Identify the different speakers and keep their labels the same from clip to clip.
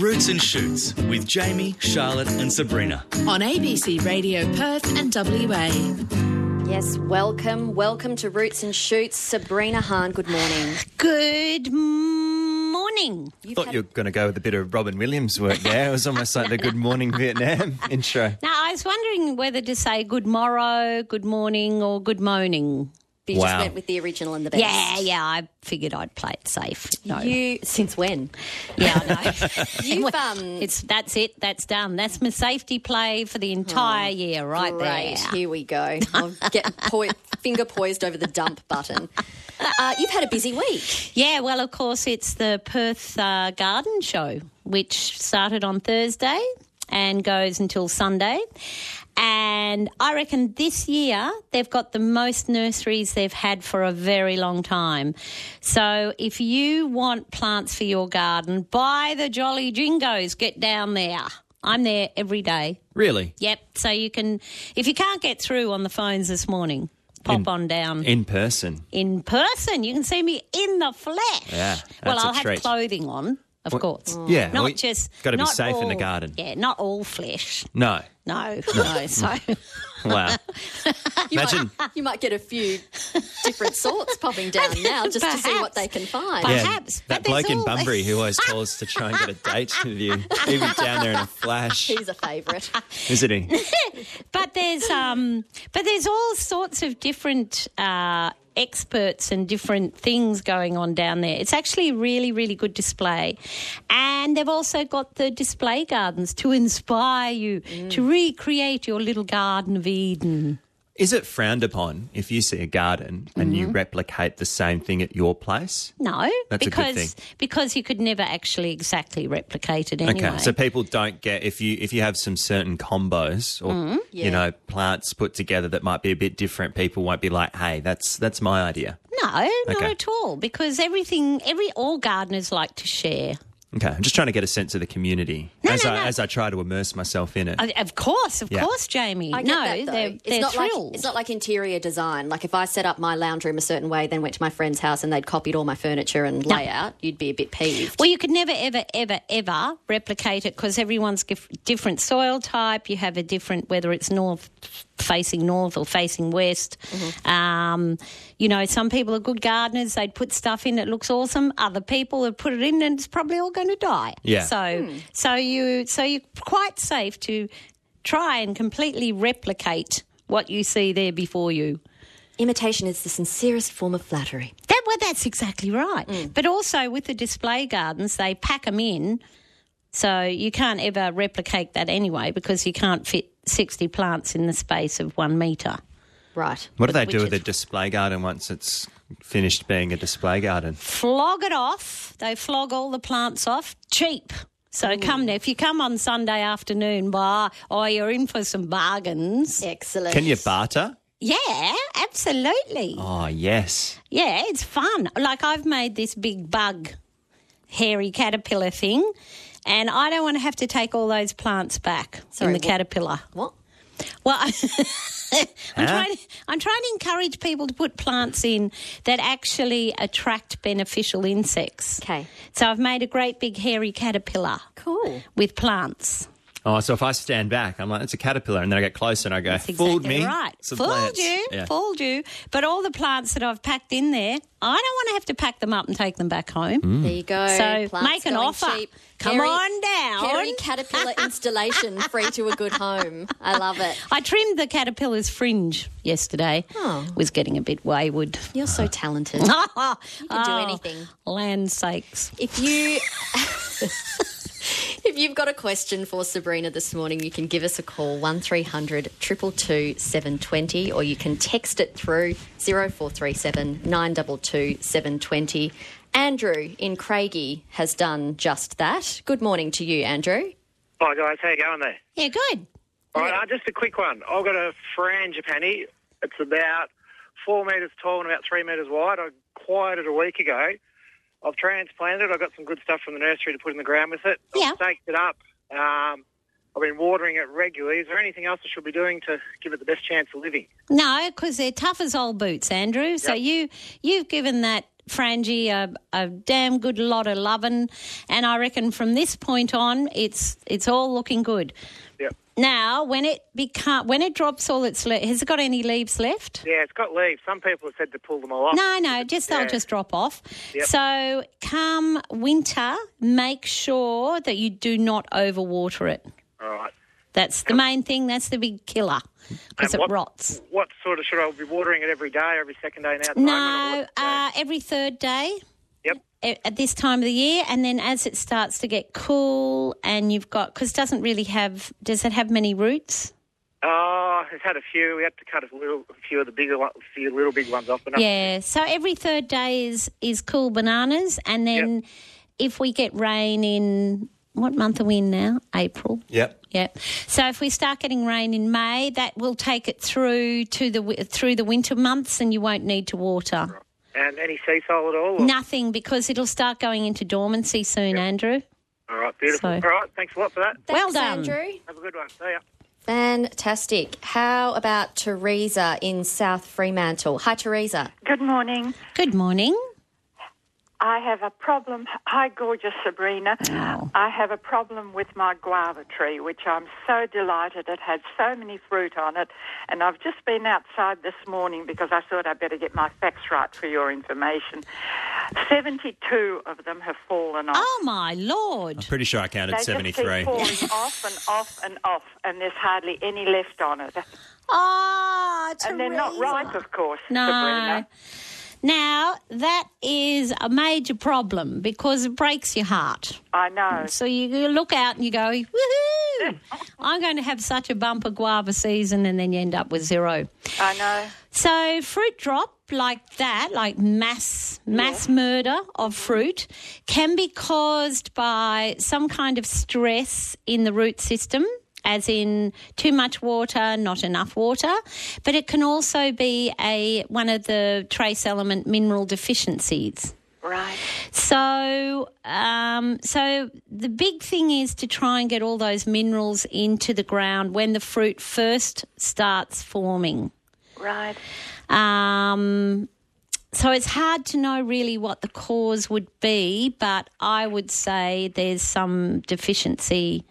Speaker 1: Roots and Shoots with Jamie, Charlotte, and Sabrina.
Speaker 2: On ABC Radio Perth and WA.
Speaker 3: Yes, welcome, welcome to Roots and Shoots. Sabrina Hahn, good morning.
Speaker 4: Good morning.
Speaker 3: You've
Speaker 5: Thought
Speaker 3: had-
Speaker 5: you were going to go with a bit of Robin Williams work there. It was almost like the Good Morning Vietnam intro.
Speaker 4: Now, I was wondering whether to say good morrow, good morning, or good moaning.
Speaker 3: you just
Speaker 5: Wow.
Speaker 3: went with the original and the best.
Speaker 4: Yeah, yeah, I figured I'd play it safe. No.
Speaker 3: You since when?
Speaker 4: yeah, I know.
Speaker 3: You've um,
Speaker 4: It's that's it. That's done. That's my safety play for the entire year, right
Speaker 3: Oh, Great.
Speaker 4: there.
Speaker 3: Here we go. I'll get poi- finger poised over the dump button. Uh, you've had a busy week.
Speaker 4: Yeah, well, of course, it's the Perth uh, Garden Show, which started on Thursday and goes until Sunday. And I reckon this year they've got the most nurseries they've had for a very long time. So if you want plants for your garden, buy the Jolly Jingos. Get down there. I'm there every day.
Speaker 5: Really?
Speaker 4: Yep. So you can, if you can't get through on the phones this morning, pop
Speaker 5: In-
Speaker 4: on down
Speaker 5: In person.
Speaker 4: in person. You can see me in the flesh.
Speaker 5: Yeah,
Speaker 4: well,
Speaker 5: that's a
Speaker 4: I'll have
Speaker 5: treat.
Speaker 4: clothing on, of course.
Speaker 5: yeah,
Speaker 4: Not
Speaker 5: well, you-
Speaker 4: just.
Speaker 5: gotta be
Speaker 4: not
Speaker 5: safe in the
Speaker 4: all-
Speaker 5: garden.
Speaker 4: Yeah, not all flesh.
Speaker 5: No.
Speaker 4: No, no. So
Speaker 5: Wow. Imagine.
Speaker 3: You might get a few different sorts popping down now just to see
Speaker 4: Perhaps.
Speaker 3: what they can find.
Speaker 4: Perhaps. Perhaps,
Speaker 5: that
Speaker 4: but there's
Speaker 5: bloke in
Speaker 4: all-
Speaker 5: Bunbury who always calls to try and get a date with you. He was down there in a flash,
Speaker 3: He's a favourite.
Speaker 5: isn't he?
Speaker 4: but there's um but there's all sorts of different uh experts and different things going on down there. It's actually a really really good display. And they've also got the display gardens to inspire you
Speaker 5: Mm.
Speaker 4: to recreate your little garden of Eden.
Speaker 5: Is it frowned upon if you see a garden and
Speaker 4: Mm-hmm.
Speaker 5: you replicate the same thing at your place?
Speaker 4: No,
Speaker 5: That's a good
Speaker 4: because
Speaker 5: thing.
Speaker 4: because you could never actually exactly replicate it anyway.
Speaker 5: Okay, so people don't get if you if you have some certain combos or
Speaker 4: Mm-hmm,
Speaker 3: Yeah.
Speaker 5: you know plants put together that might be a bit different. People won't be like, "Hey, that's that's my idea."
Speaker 4: no, not
Speaker 5: Okay.
Speaker 4: at all. Because everything, every all gardeners like to share.
Speaker 5: Okay, I'm just trying to get a sense of the community as
Speaker 4: no,
Speaker 5: I
Speaker 4: no.
Speaker 5: as I try to immerse myself in it.
Speaker 4: Of- Of course, of
Speaker 5: Yeah.
Speaker 4: course, Jamie.
Speaker 3: I get
Speaker 4: no,
Speaker 3: that, though.
Speaker 4: they're
Speaker 3: it's
Speaker 4: they're
Speaker 3: not
Speaker 4: thrilled.
Speaker 3: like it's not like interior design. Like if I set up my lounge room a certain way, then went to my friend's house and they'd copied all my furniture and layout, you'd be a bit peeved.
Speaker 4: Well, you could never, ever, ever, ever replicate it because everyone's gif- different soil type. You have a different, whether it's north facing north or facing west.
Speaker 3: Mm-hmm.
Speaker 4: Um, you know, some people are good gardeners. They'd put stuff in, it looks awesome. Other people have put it in, and it's probably all going to die.
Speaker 5: Yeah.
Speaker 4: So,
Speaker 3: Hmm.
Speaker 4: so you, so you're quite safe to try and completely replicate what you see there before you.
Speaker 3: Imitation is the sincerest form of flattery.
Speaker 4: That, well, that's exactly right.
Speaker 3: Mm.
Speaker 4: But also with the display gardens, they pack them in, so you can't ever replicate that anyway because you can't fit sixty plants in the space of one meter.
Speaker 3: Right.
Speaker 5: what do they
Speaker 3: Which
Speaker 5: do with a
Speaker 3: is-
Speaker 5: display garden once it's finished being a display garden?
Speaker 4: Flog it off. They flog all the plants off cheap. So come there. If you come on Sunday afternoon, bar, oh, you're in for some bargains.
Speaker 3: Excellent.
Speaker 5: Can you barter?
Speaker 4: Yeah, absolutely.
Speaker 5: Oh yes.
Speaker 4: Yeah, it's fun. Like I've made this big bug, hairy caterpillar thing, and I don't want to have to take all those plants back
Speaker 3: Sorry,
Speaker 4: in the
Speaker 3: wh-
Speaker 4: caterpillar.
Speaker 3: What?
Speaker 4: Well, I'm, trying to, I'm trying to encourage people to put plants in that actually attract beneficial insects.
Speaker 3: Okay.
Speaker 4: So I've made a great big hairy caterpillar
Speaker 3: Cool.
Speaker 4: with plants.
Speaker 5: Oh, so if I stand back, I'm like, it's a caterpillar, and then I get closer and I go,
Speaker 4: That's
Speaker 5: fooled
Speaker 4: exactly
Speaker 5: me,
Speaker 4: Right.
Speaker 5: Some
Speaker 4: fooled
Speaker 5: plants."
Speaker 4: you.
Speaker 5: Yeah.
Speaker 4: Fooled you. But all the plants that I've packed in there, I don't want to have to pack them up and take them back home.
Speaker 5: Mm.
Speaker 3: There you go.
Speaker 4: So
Speaker 3: Plants
Speaker 4: make an
Speaker 3: going
Speaker 4: offer.
Speaker 3: cheap.
Speaker 4: Come
Speaker 3: Hairy-
Speaker 4: on down.
Speaker 3: hairy caterpillar installation free to a good home. I love it.
Speaker 4: I trimmed the caterpillar's fringe yesterday.
Speaker 3: Oh.
Speaker 4: Was getting a bit wayward.
Speaker 3: You're so talented.
Speaker 4: you can
Speaker 3: can do anything.
Speaker 4: Oh, Land sakes.
Speaker 3: If you if you've got a question for Sabrina this morning, you can give us a call 1300 222 720 or you can text it through 0437 922 720. Andrew in Craigie has done just that. Good morning to you, Andrew.
Speaker 6: Hi guys, how you going there?
Speaker 4: Yeah, good.
Speaker 6: All right, uh, just a quick one. I've got a frangipani. It's about four metres tall and about three metres wide. I acquired it a week ago. I've transplanted it. I got some good stuff from the nursery to put in the ground with it.
Speaker 4: Yeah.
Speaker 6: I've staked it up. Um, I've been watering it regularly. Is there anything else I should be doing to give it the best chance of living?
Speaker 4: No, because they're tough as old boots, Andrew. So you you've given that Frangie a, a damn good lot of loving, and I reckon from this point on, it's it's all looking good.
Speaker 6: Yep.
Speaker 4: Now, when it become when it drops all its le- has it got any leaves left?
Speaker 6: Yeah, it's got leaves. Some people have said to pull them all off.
Speaker 4: No, no, just they'll
Speaker 6: Yeah.
Speaker 4: just drop off.
Speaker 6: Yep.
Speaker 4: So come winter, make sure that you do not overwater it.
Speaker 6: All right.
Speaker 4: That's the main thing. That's the big killer because
Speaker 6: And
Speaker 4: it
Speaker 6: what-
Speaker 4: rots.
Speaker 6: What sort of should I be watering it every day, every second day now? at the moment, or
Speaker 4: No,
Speaker 6: what?
Speaker 4: uh, every third day
Speaker 6: yep.
Speaker 4: a- at this time of the year, and then as it starts to get cool, and you've got because doesn't really have does it have many roots?
Speaker 6: Oh, it's had a few. We had to cut a little, a few of the bigger, one, a few little big ones off. But nothing-
Speaker 4: Yeah. So every third day is is cool bananas, and then if we get rain in what month are we in now? April.
Speaker 5: Yep.
Speaker 4: Yep. So if we start getting rain in May, that will take it through to the wi- through the winter months, and you won't need to water.
Speaker 6: And any sea salt at all? or-
Speaker 4: Nothing because it'll start going into dormancy soon, Andrew.
Speaker 6: All right, beautiful.
Speaker 4: So-
Speaker 6: All right, thanks a lot for that.
Speaker 4: Well
Speaker 3: Thanks,
Speaker 4: done.
Speaker 3: Andrew.
Speaker 6: Have a good one. See ya.
Speaker 3: Fantastic. How about Teresa in South Fremantle? Hi, Teresa.
Speaker 7: Good morning.
Speaker 4: Good morning.
Speaker 7: I have a problem. Hi, gorgeous Sabrina. I have a problem with my guava tree, which I'm so delighted it had so many fruit on it. And I've just been outside this morning because I thought I'd better get my facts right for your information. 72 of them have fallen off.
Speaker 4: Oh my lord!
Speaker 5: Pretty sure I counted
Speaker 7: they
Speaker 5: 73.
Speaker 7: just keep falling off and off and off, and there's hardly any left on it.
Speaker 4: Ah,
Speaker 7: And they're not
Speaker 4: Teresa.
Speaker 7: ripe, of course,
Speaker 4: No.
Speaker 7: Sabrina.
Speaker 4: Now that is a major problem because it breaks your heart.
Speaker 7: I know.
Speaker 4: So you you look out and you go, "Woohoo! I'm going to have such a bumper guava season," and then you end up with zero.
Speaker 7: I know.
Speaker 4: So fruit drop like that, like mass mass murder of fruit, can be caused by some kind of stress in the root system, as in too much water, not enough water. But it can also be a one of the trace element mineral deficiencies.
Speaker 7: Right.
Speaker 4: So, um, so the big thing is to try and get all those minerals into the ground when the fruit first starts forming.
Speaker 7: Right.
Speaker 4: Um, so it's hard to know really what the cause would be, but I would say there's some deficiency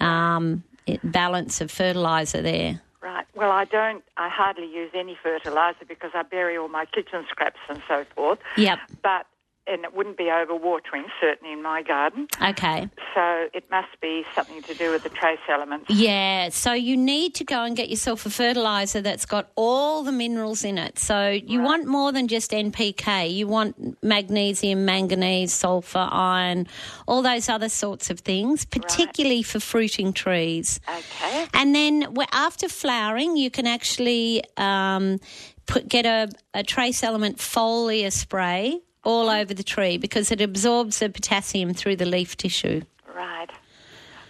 Speaker 4: um, i- balance of fertilizer there.
Speaker 7: Right. Well, I don't. I hardly use any fertilizer because I bury all my kitchen scraps and so forth.
Speaker 4: Yep.
Speaker 7: But and it wouldn't be overwatering certainly in my garden.
Speaker 4: Okay.
Speaker 7: So it must be something to do with the trace elements.
Speaker 4: Yeah, so you need to go and get yourself a fertilizer that's got all the minerals in it. So you want more than just NPK. You want magnesium, manganese, sulfur, iron, all those other sorts of things, particularly for fruiting trees.
Speaker 7: Okay.
Speaker 4: And then wh- after flowering, you can actually um, put get a, a trace element foliar spray all over the tree because it absorbs the potassium through the leaf tissue.
Speaker 7: Right.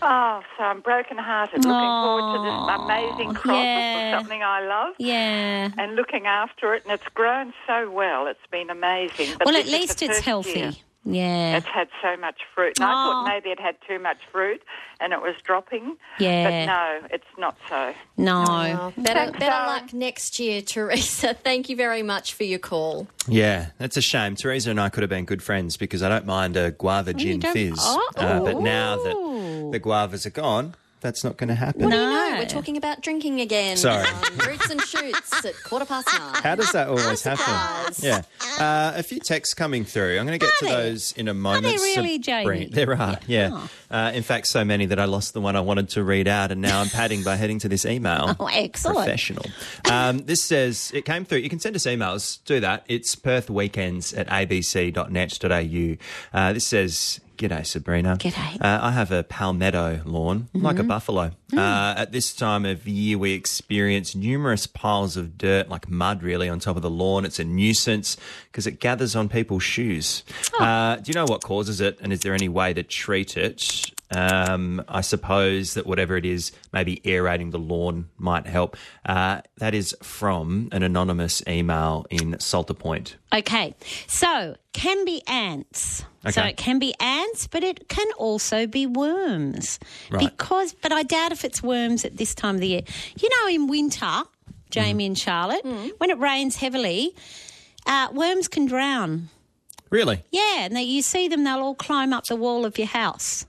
Speaker 7: Oh, so I'm broken-hearted. Looking forward to this amazing crop
Speaker 4: yeah.
Speaker 7: of something I love.
Speaker 4: Yeah.
Speaker 7: And looking after it, and it's grown so well. It's been amazing. But
Speaker 4: well,
Speaker 7: this
Speaker 4: at
Speaker 7: is the
Speaker 4: least it's
Speaker 7: first
Speaker 4: healthy.
Speaker 7: year.
Speaker 4: Yeah.
Speaker 7: It's had so much fruit. And I
Speaker 4: Oh.
Speaker 7: thought maybe it had too much fruit and it was dropping.
Speaker 4: Yeah.
Speaker 7: But no, it's not so.
Speaker 4: no.
Speaker 3: Oh, better
Speaker 7: Thanks,
Speaker 3: better
Speaker 7: darling.
Speaker 3: luck next year, Teresa. Thank you very much for your call.
Speaker 5: Yeah, that's a shame. Teresa and I could have been good friends because I don't mind a guava gin
Speaker 4: don't-
Speaker 5: fizz.
Speaker 4: Oh.
Speaker 5: Uh, but now that
Speaker 4: Ooh.
Speaker 5: the guavas are gone, that's not going to happen.
Speaker 4: No.
Speaker 3: You know, we're talking about drinking again.
Speaker 5: Sorry.
Speaker 3: on Roots and Shoots at quarter past nine.
Speaker 5: How does that always happen?
Speaker 3: surprised.
Speaker 5: Yeah. Uh, a few texts coming through. I'm going to get to
Speaker 4: they?
Speaker 5: those in a moment.
Speaker 4: really, Jamie? Oh.
Speaker 5: Sabrina. There are, yeah. Uh, in fact, so many that I lost the one I wanted to read out, and now I'm padding by heading to this email.
Speaker 4: Oh, excellent.
Speaker 5: Professional. Um, this says, it came through. You can send us emails. Do that. It's perthweekends at abc.net.au. Uh, this says, G'day, Sabrina.
Speaker 4: G'day. Mm-hmm. Mm.
Speaker 5: Uh, I have a palmetto lawn, like a buffalo. Uh, at this time of year, we experience numerous piles of dirt, like mud, really, on top of the lawn. It's a nuisance because it gathers on people's shoes.
Speaker 4: Oh.
Speaker 5: Uh, do you know what causes it, and is there any way to treat it? Um, I suppose that whatever it is, maybe aerating the lawn might help. Uh, that is from an anonymous email in Salter Point.
Speaker 4: Okay. So, can be ants. So
Speaker 5: Okay.
Speaker 4: it can be ants, but it can also be worms.
Speaker 5: Right.
Speaker 4: Because but I doubt if it's worms at this time of the year. You know in winter,
Speaker 5: Mm-hmm.
Speaker 4: Jamie and Charlotte, when it rains heavily, uh, worms can drown.
Speaker 5: Really?
Speaker 4: Yeah, and they, you see them, they'll all climb up the wall of your house.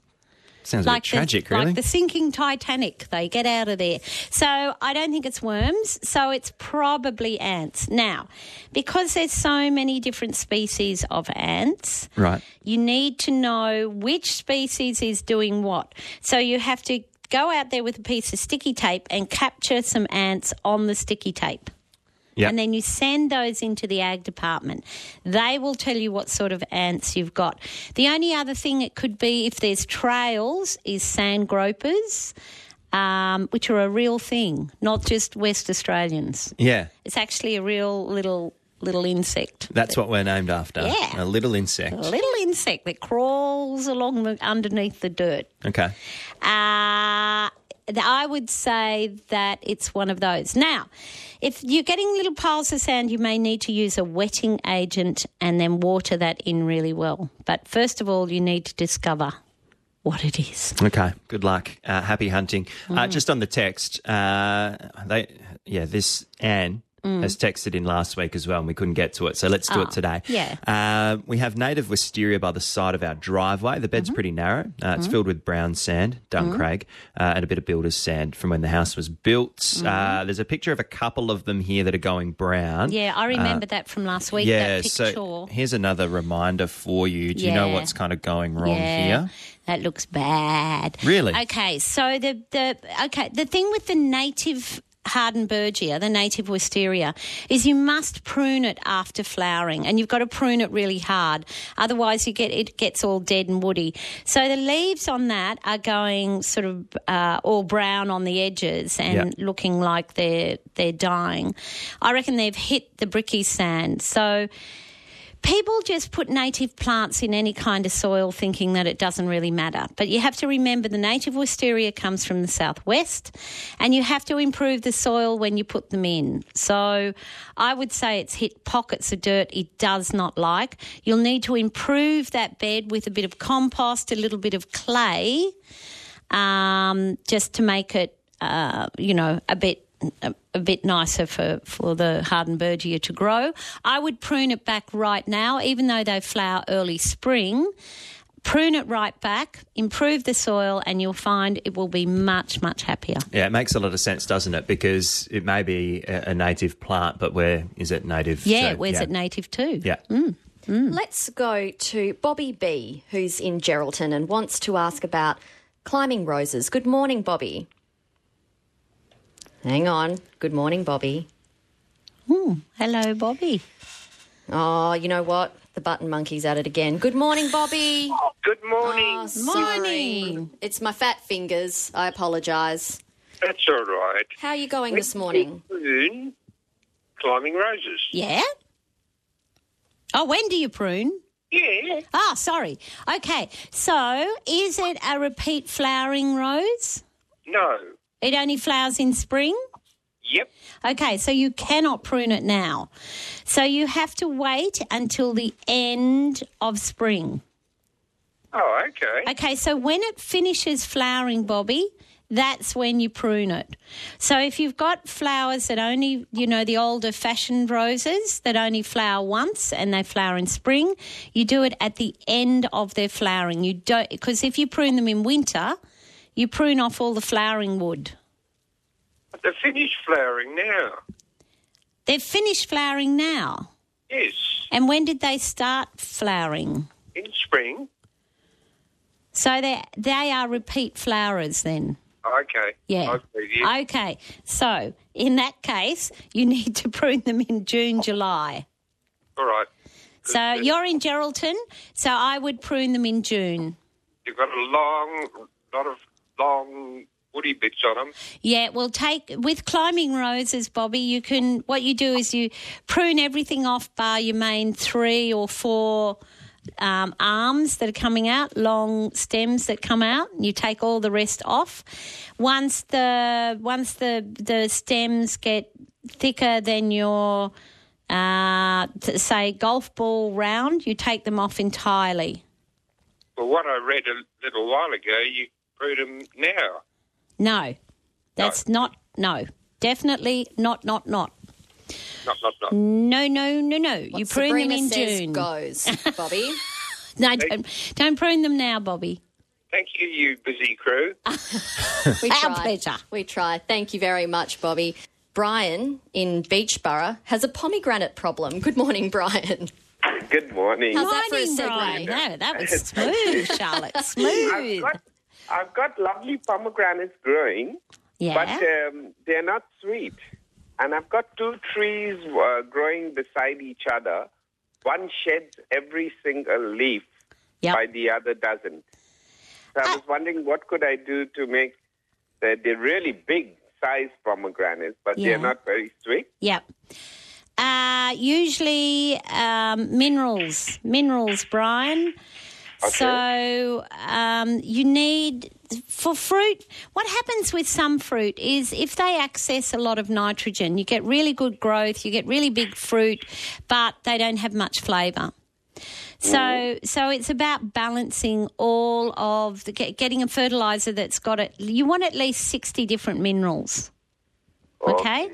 Speaker 5: Sounds a bit tragic,
Speaker 4: the,
Speaker 5: really.
Speaker 4: Like the sinking Titanic, they get out of there. So I don't think it's worms. So it's probably ants. Now, because there's so many different species of ants,
Speaker 5: Right.
Speaker 4: you need to know which species is doing what. So you have to go out there with a piece of sticky tape and capture some ants on the sticky tape.
Speaker 5: Yeah.
Speaker 4: And then you send those into the ag department. They will tell you what sort of ants you've got. The only other thing it could be if there's trails is sand gropers, um, which are a real thing, not just West Australians.
Speaker 5: yeah.
Speaker 4: It's actually a real little little insect.
Speaker 5: That's what we're named after. A
Speaker 4: Yeah.
Speaker 5: little insect.
Speaker 4: A little insect that crawls along the, underneath the dirt.
Speaker 5: Okay.
Speaker 4: Uh, th- I would say that it's one of those. Now, if you're getting little piles of sand, you may need to use a wetting agent and then water that in really well. But first of all, you need to discover what it is.
Speaker 5: Okay. Good luck. Uh, happy hunting. Uh, just on the text, uh, they yeah, this Anne has texted in last week as well, and we couldn't get to it. So let's do it today.
Speaker 4: Ah, yeah.
Speaker 5: Uh, we have native wisteria by the side of our driveway. The
Speaker 4: Mm-hmm.
Speaker 5: bed's pretty narrow. Uh, it's filled with brown sand, Duncraig, uh, and a bit of builder's sand from when the house was built. Uh, there's a picture of a couple of them here that are going brown.
Speaker 4: Mm-hmm. Yeah, I remember that from last week.
Speaker 5: Uh, Yeah,
Speaker 4: that picture.
Speaker 5: so here's another reminder for you. Do you know
Speaker 4: Yeah.
Speaker 5: what's kind of going wrong
Speaker 4: Yeah,
Speaker 5: here?
Speaker 4: That looks bad.
Speaker 5: Really?
Speaker 4: Okay, so the the okay, the thing with the native Hardenbergia, the native wisteria, is you must prune it after flowering, and you've got to prune it really hard. Otherwise, you get it gets all dead and woody. So the leaves on that are going sort of uh, all brown on the edges and
Speaker 5: Yeah.
Speaker 4: looking like they're they're dying. I reckon they've hit the bricky sand. So people just put native plants in any kind of soil thinking that it doesn't really matter. But you have to remember the native wisteria comes from the southwest and you have to improve the soil when you put them in. So I would say it's hit pockets of dirt it does not like. You'll need to improve that bed with a bit of compost, a little bit of clay, um, just to make it, uh, you know, a bit a, a bit nicer for, for the hardenbergia to grow. I would prune it back right now, even though they flower early spring. Prune it right back, improve the soil, and you'll find it will be much, much happier.
Speaker 5: Yeah, it makes a lot of sense, doesn't it? Because it may be a, a native plant, but where is it native?
Speaker 4: Yeah,
Speaker 5: So,
Speaker 4: where's it native too?
Speaker 5: Yeah.
Speaker 4: Mm,
Speaker 3: Let's go to Bobby B, who's in Geraldton and wants to ask about climbing roses. Good morning, Bobby. Hang on. Good morning, Bobby.
Speaker 4: Hello, Bobby.
Speaker 3: Oh, you know what? The button monkey's at it again. Good morning, Bobby.
Speaker 6: Good morning.
Speaker 3: Oh, sorry. It's my fat fingers. I apologise.
Speaker 6: That's all right.
Speaker 3: How are you going this morning?
Speaker 6: Moon climbing roses.
Speaker 4: Yeah? Oh, when do you prune?
Speaker 6: Yeah.
Speaker 4: Ah, sorry. Okay, so is it a repeat flowering rose?
Speaker 6: No.
Speaker 4: It only flowers in spring?
Speaker 6: Yep.
Speaker 4: Okay, so you cannot prune it now. So you have to wait until the end of spring.
Speaker 6: Oh, okay.
Speaker 4: Okay, so when it finishes flowering, Bobby, that's when you prune it. So if you've got flowers that only, you know, the older fashioned roses that only flower once and they flower in spring, you do it at the end of their flowering. You don't, because if you prune them in winter, you prune off all the flowering wood.
Speaker 6: They're finished flowering now.
Speaker 4: They're finished flowering now.
Speaker 6: Yes.
Speaker 4: And when did they start flowering?
Speaker 6: In spring.
Speaker 4: So they they are repeat flowerers then.
Speaker 6: Okay.
Speaker 4: Yeah.
Speaker 6: I'm with you.
Speaker 4: Okay. So in that case, you need to prune them in June, July.
Speaker 6: All right.
Speaker 4: So you're in Geraldton, so I would prune them in June.
Speaker 6: You've got a long, lot of long woody bits on them.
Speaker 4: Yeah, well, take with climbing roses, Bobby. You can what you do is you prune everything off, bar your main three or four um, arms that are coming out, long stems that come out. You take all the rest off. Once the once the the stems get thicker than your uh, t- say golf ball round, you take them off entirely.
Speaker 6: Well, what I read a little while ago, you prune them now.
Speaker 4: No, that's not, no, definitely not, not, not.
Speaker 6: Not, not, not.
Speaker 4: No, no, no, no. you prune
Speaker 3: Sabrina
Speaker 4: them in
Speaker 3: says
Speaker 4: June.
Speaker 3: goes, Bobby.
Speaker 4: No, don't, don't prune them now, Bobby.
Speaker 8: Thank you, you busy crew.
Speaker 3: We
Speaker 4: Our
Speaker 3: try.
Speaker 4: pleasure.
Speaker 3: We try. Thank you very much, Bobby. Brian in Beachborough has a pomegranate problem. Good morning, Brian.
Speaker 8: Good morning.
Speaker 3: How's that for a
Speaker 4: Morning,
Speaker 3: segue?
Speaker 4: Brian. No, that was smooth, Charlotte. Smooth.
Speaker 8: I've got, I've got lovely pomegranates growing, but
Speaker 4: yeah.
Speaker 8: um, they're not sweet. And I've got two trees uh, growing beside each other. One sheds every single leaf,
Speaker 4: Yep. Ah.
Speaker 8: by the other doesn't. So I was wondering what could I do to make the, the really big size pomegranates, but
Speaker 4: Yeah.
Speaker 8: they're not very sweet.
Speaker 4: Yep. Uh, usually um, minerals, minerals, Brian. So um, you need for fruit. What happens with some fruit is if they access a lot of nitrogen, you get really good growth, you get really big fruit, but they don't have much flavour. So, so it's about balancing all of the get, getting a fertilizer that's got it. You want at least sixty different minerals. Okay.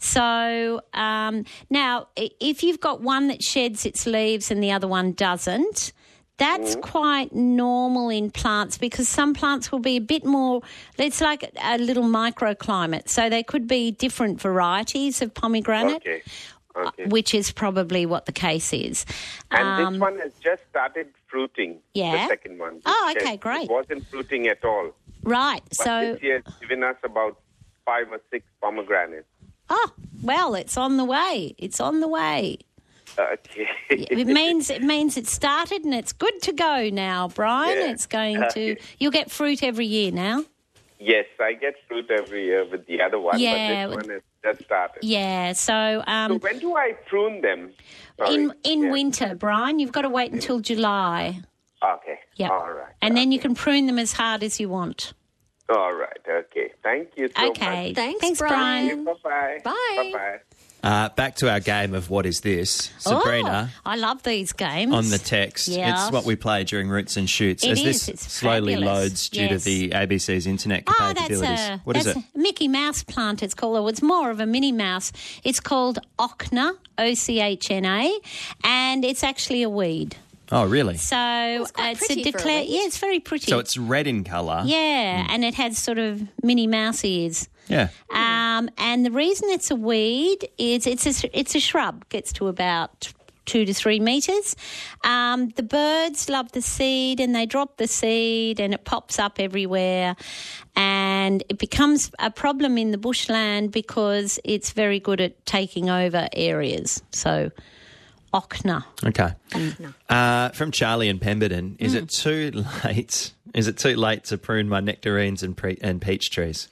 Speaker 4: So um, now, i- if you've got one that sheds its leaves and the other one doesn't,
Speaker 8: Mm.
Speaker 4: that's quite normal in plants because some plants will be a bit more, it's like a little microclimate. So there could be different varieties of pomegranate,
Speaker 8: Okay.
Speaker 4: uh,
Speaker 8: Okay.
Speaker 4: which is probably what the case is.
Speaker 8: And
Speaker 4: Um,
Speaker 8: this one has just started fruiting.
Speaker 4: Yeah.
Speaker 8: The second one.
Speaker 4: Oh,
Speaker 8: It-
Speaker 4: okay,
Speaker 8: It
Speaker 4: great.
Speaker 8: wasn't fruiting at all.
Speaker 4: right.
Speaker 8: But
Speaker 4: So,
Speaker 8: this year it's given us about five or six pomegranates.
Speaker 4: oh, well, it's on the way. It's on the way.
Speaker 8: Uh, Okay.
Speaker 4: It means it means it started and it's good to go now, Brian.
Speaker 8: Yeah.
Speaker 4: It's going to you'll get fruit every year now.
Speaker 8: yes, I get fruit every year with the other one,
Speaker 4: Yeah.
Speaker 8: but this one has just started.
Speaker 4: Yeah, so
Speaker 8: So
Speaker 4: um,
Speaker 8: when do I prune them? Sorry.
Speaker 4: in in
Speaker 8: Yeah.
Speaker 4: winter, Brian, you've got to wait until July.
Speaker 8: Okay.
Speaker 4: Yeah,
Speaker 8: All right.
Speaker 4: and then you can prune them as hard as you want.
Speaker 8: All right. Okay. Thank you so
Speaker 4: okay,
Speaker 8: much.
Speaker 3: Thanks,
Speaker 4: Brian.
Speaker 3: Brian.
Speaker 8: Bye-bye.
Speaker 3: Bye.
Speaker 8: Bye-bye.
Speaker 5: Uh, back to our game of what is this, Sabrina?
Speaker 4: Oh, I love these games
Speaker 5: On the text,
Speaker 4: Yes.
Speaker 5: it's what we play during Roots and Shoots.
Speaker 4: It
Speaker 5: As
Speaker 4: is.
Speaker 5: this
Speaker 4: It's
Speaker 5: slowly
Speaker 4: fabulous.
Speaker 5: loads due
Speaker 4: Yes.
Speaker 5: to the ABC's internet
Speaker 4: Oh, that's
Speaker 5: capabilities,
Speaker 4: a
Speaker 5: what is
Speaker 4: that's
Speaker 5: it?
Speaker 4: a Mickey Mouse plant. It's called. Well, it's more of a Minnie Mouse. It's called ochna, O C H N A, and it's actually a weed.
Speaker 5: Oh, really?
Speaker 4: So uh,
Speaker 3: quite
Speaker 4: it's a
Speaker 3: pretty for a
Speaker 4: declare.
Speaker 3: weed.
Speaker 4: yeah, it's very pretty.
Speaker 5: So uh, mm. it's red in colour.
Speaker 4: yeah, and it has sort of Minnie Mouse ears.
Speaker 5: Yeah.
Speaker 4: Um, and the reason it's a weed is it's a, it's a shrub, gets to about two to three metres. Um, the birds love the seed and they drop the seed and it pops up everywhere. And it becomes a problem in the bushland because it's very good at taking over areas. So, ochna.
Speaker 5: Okay. Uh, from Charlie and Pemberton,
Speaker 4: Mm.
Speaker 5: is it too late? Is it too late to prune my nectarines and pre- and peach trees?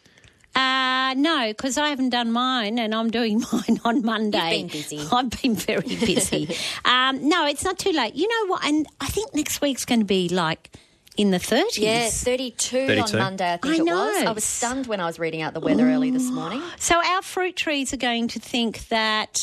Speaker 4: Uh, no, because I haven't done mine, and I'm doing mine on Monday.
Speaker 3: You've been busy.
Speaker 4: I've been very busy. um, no, it's not too late. You know what? And I think next week's going to be like in the 30s.
Speaker 3: Yeah, 32,
Speaker 5: 32.
Speaker 3: on Monday, I think
Speaker 4: I
Speaker 3: it
Speaker 4: know.
Speaker 3: was. I was stunned when I was reading out the weather early this morning.
Speaker 4: So our fruit trees are going to think that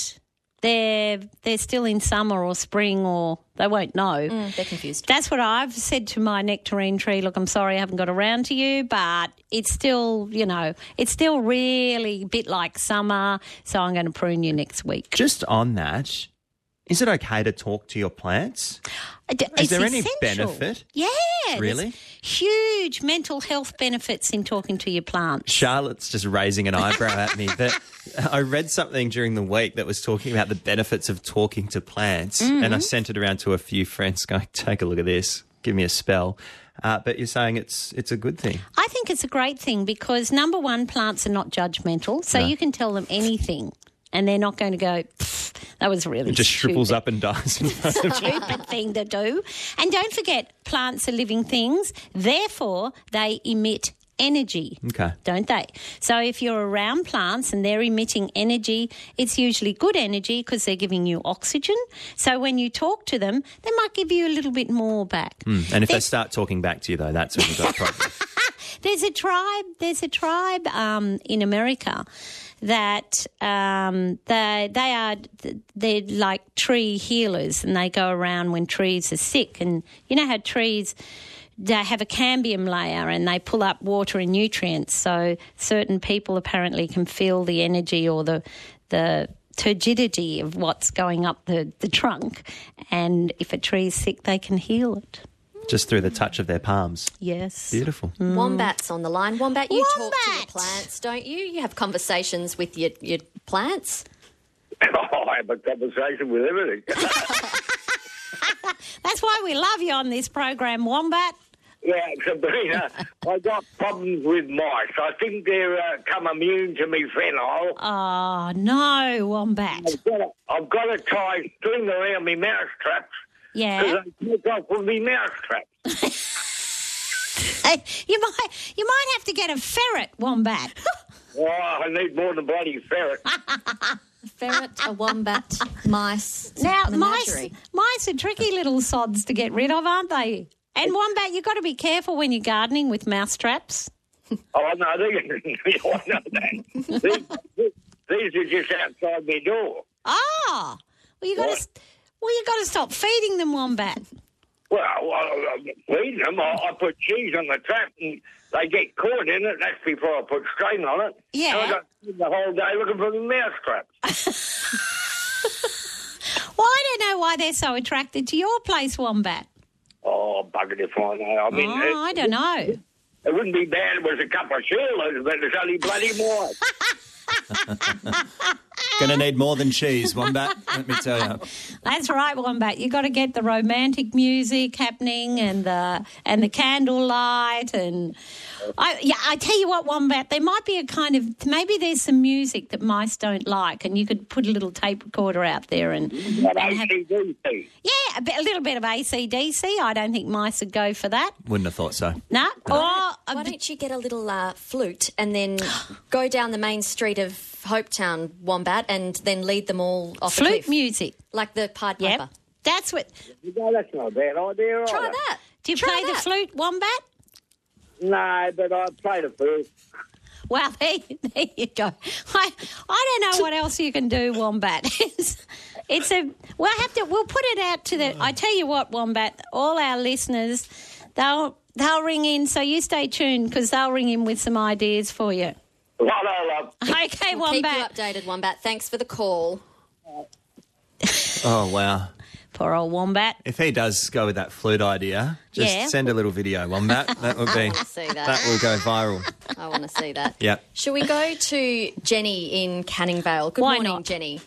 Speaker 4: they're they're still in summer or spring, or they won't know.
Speaker 3: They're confused.
Speaker 4: That's what I've said to my nectarine tree. Look, I'm sorry I haven't got around to you, but it's still, you know, it's still really a bit like summer. So I'm going to prune you next week.
Speaker 5: Just on that, is it okay to talk to your plants?
Speaker 4: D-
Speaker 5: Is
Speaker 4: it's
Speaker 5: there any
Speaker 4: essential.
Speaker 5: benefit?
Speaker 4: Yeah. there's
Speaker 5: Really?
Speaker 4: Huge mental health benefits in talking to your plants.
Speaker 5: Charlotte's just raising an eyebrow at me that I read something during the week that was talking about the benefits of talking to plants, and
Speaker 4: Mm-hmm.
Speaker 5: I sent it around to a few friends, going, "Take a look at this, give me a spell." Uh, but you're saying it's it's a good thing.
Speaker 4: I think it's a great thing because number one, plants are not judgmental, so you can tell them anything, and they're not going to go. "Pfft, That was really
Speaker 5: It just
Speaker 4: stupid.
Speaker 5: shrivels up and dies. In front of you.
Speaker 4: stupid thing to do. And don't forget, plants are living things, therefore, they emit energy.
Speaker 5: Okay.
Speaker 4: Don't they? So if you're around plants and they're emitting energy, it's usually good energy because they're giving you oxygen. So when you talk to them, they might give you a little bit more back.
Speaker 5: Hmm. And if they start talking back to you, though, that's when you've got a problem.
Speaker 4: There's a tribe. There's a tribe um, in America that um, they they are they're like tree healers, and they go around when trees are sick. And you know how trees they have a cambium layer, and they pull up water and nutrients. So certain people apparently can feel the energy or the the turgidity of what's going up the, the trunk. And if a tree is sick, they can heal it.
Speaker 5: just through the touch of their palms.
Speaker 4: Yes.
Speaker 5: Beautiful.
Speaker 3: Wombats on the line. Wombat, you talk to your
Speaker 4: Wombat!
Speaker 3: plants, don't you? You have conversations with your, your plants.
Speaker 9: Oh, I have a conversation with everything.
Speaker 4: That's why we love you on this program, Wombat.
Speaker 9: yeah, Sabrina, I got problems with mice. I think they're uh, come immune to me phenol.
Speaker 4: Oh, no, Wombat.
Speaker 9: I've, got a, I've got a tie string around me mouse traps
Speaker 4: Yeah.
Speaker 9: because they take off with me mouse traps.
Speaker 4: Hey, you might you might have to get a ferret, Wombat.
Speaker 9: Oh, I need more than bloody ferret.
Speaker 3: A ferret, a wombat, mice.
Speaker 4: now,
Speaker 3: a
Speaker 4: mice,
Speaker 3: menagerie.
Speaker 4: mice are tricky little sods to get rid of, aren't they? And Wombat, you've got to be careful when you're gardening with mouse traps.
Speaker 9: Oh, no, they, I know that. These, these are just outside my door.
Speaker 4: Ah, well, you got
Speaker 9: Why?
Speaker 4: to well, you got to stop feeding them, Wombat.
Speaker 9: Well, uh, I, I feed them. I, I put cheese on the trap and they get caught in it. That's before I put strain on it.
Speaker 4: Yeah.
Speaker 9: So I got the whole day looking for the mouse traps.
Speaker 4: Well, I don't know why they're so attracted to your place, Wombat.
Speaker 9: Oh, bugger if I know. I mean,
Speaker 4: oh, I
Speaker 9: it,
Speaker 4: don't know.
Speaker 9: it wouldn't be bad if it was a couple of shillers, but it's only bloody more.
Speaker 5: Going to need more than cheese, Wombat. Let me tell you.
Speaker 4: That's right, Wombat. You've got to get the romantic music happening and the and the candlelight and I yeah, I tell you what, Wombat, there might be a kind of maybe there's some music that mice don't like and you could put a little tape recorder out there and,
Speaker 9: But
Speaker 4: and have,
Speaker 10: E
Speaker 9: ACDC.
Speaker 4: Yeah, a, bit, a little bit of ACDC. I don't think mice would go for that.
Speaker 5: Wouldn't have thought so.
Speaker 4: No. Or a
Speaker 3: Why don't you get Oh, a little uh, flute and then go down the main street of Hopetown, Wombat, and then lead them all off a
Speaker 4: flute
Speaker 3: cliff,
Speaker 4: music.
Speaker 3: like the Pied Piper.
Speaker 4: Yep. That's what
Speaker 9: No, that's not a bad idea
Speaker 3: Try
Speaker 9: either.
Speaker 3: that.
Speaker 4: do you
Speaker 3: Try
Speaker 4: play the
Speaker 3: that.
Speaker 4: flute, Wombat?
Speaker 9: No, but I played it first.
Speaker 4: Well, there, there you go. I, I don't know what else you can do, Wombat. It's, it's a we'll have to we'll put it out to the. I tell you what, Wombat, all our listeners, they'll they'll ring in. So you stay tuned because they'll ring in with some ideas for you.
Speaker 9: What I love.
Speaker 4: Okay,
Speaker 3: Keep you
Speaker 4: Wombat.
Speaker 3: updated, Wombat. Thanks for the call.
Speaker 5: Oh, wow.
Speaker 4: Poor old Wombat.
Speaker 5: If he does go with that flute idea, just
Speaker 4: Yeah.
Speaker 5: send a little video on that. That would be,
Speaker 3: I see that.
Speaker 5: that will go viral.
Speaker 3: I want to see that.
Speaker 5: Yep.
Speaker 3: Shall we go to Jenny in Canning Vale? Good
Speaker 4: Why
Speaker 3: morning,
Speaker 4: not?
Speaker 3: Jenny.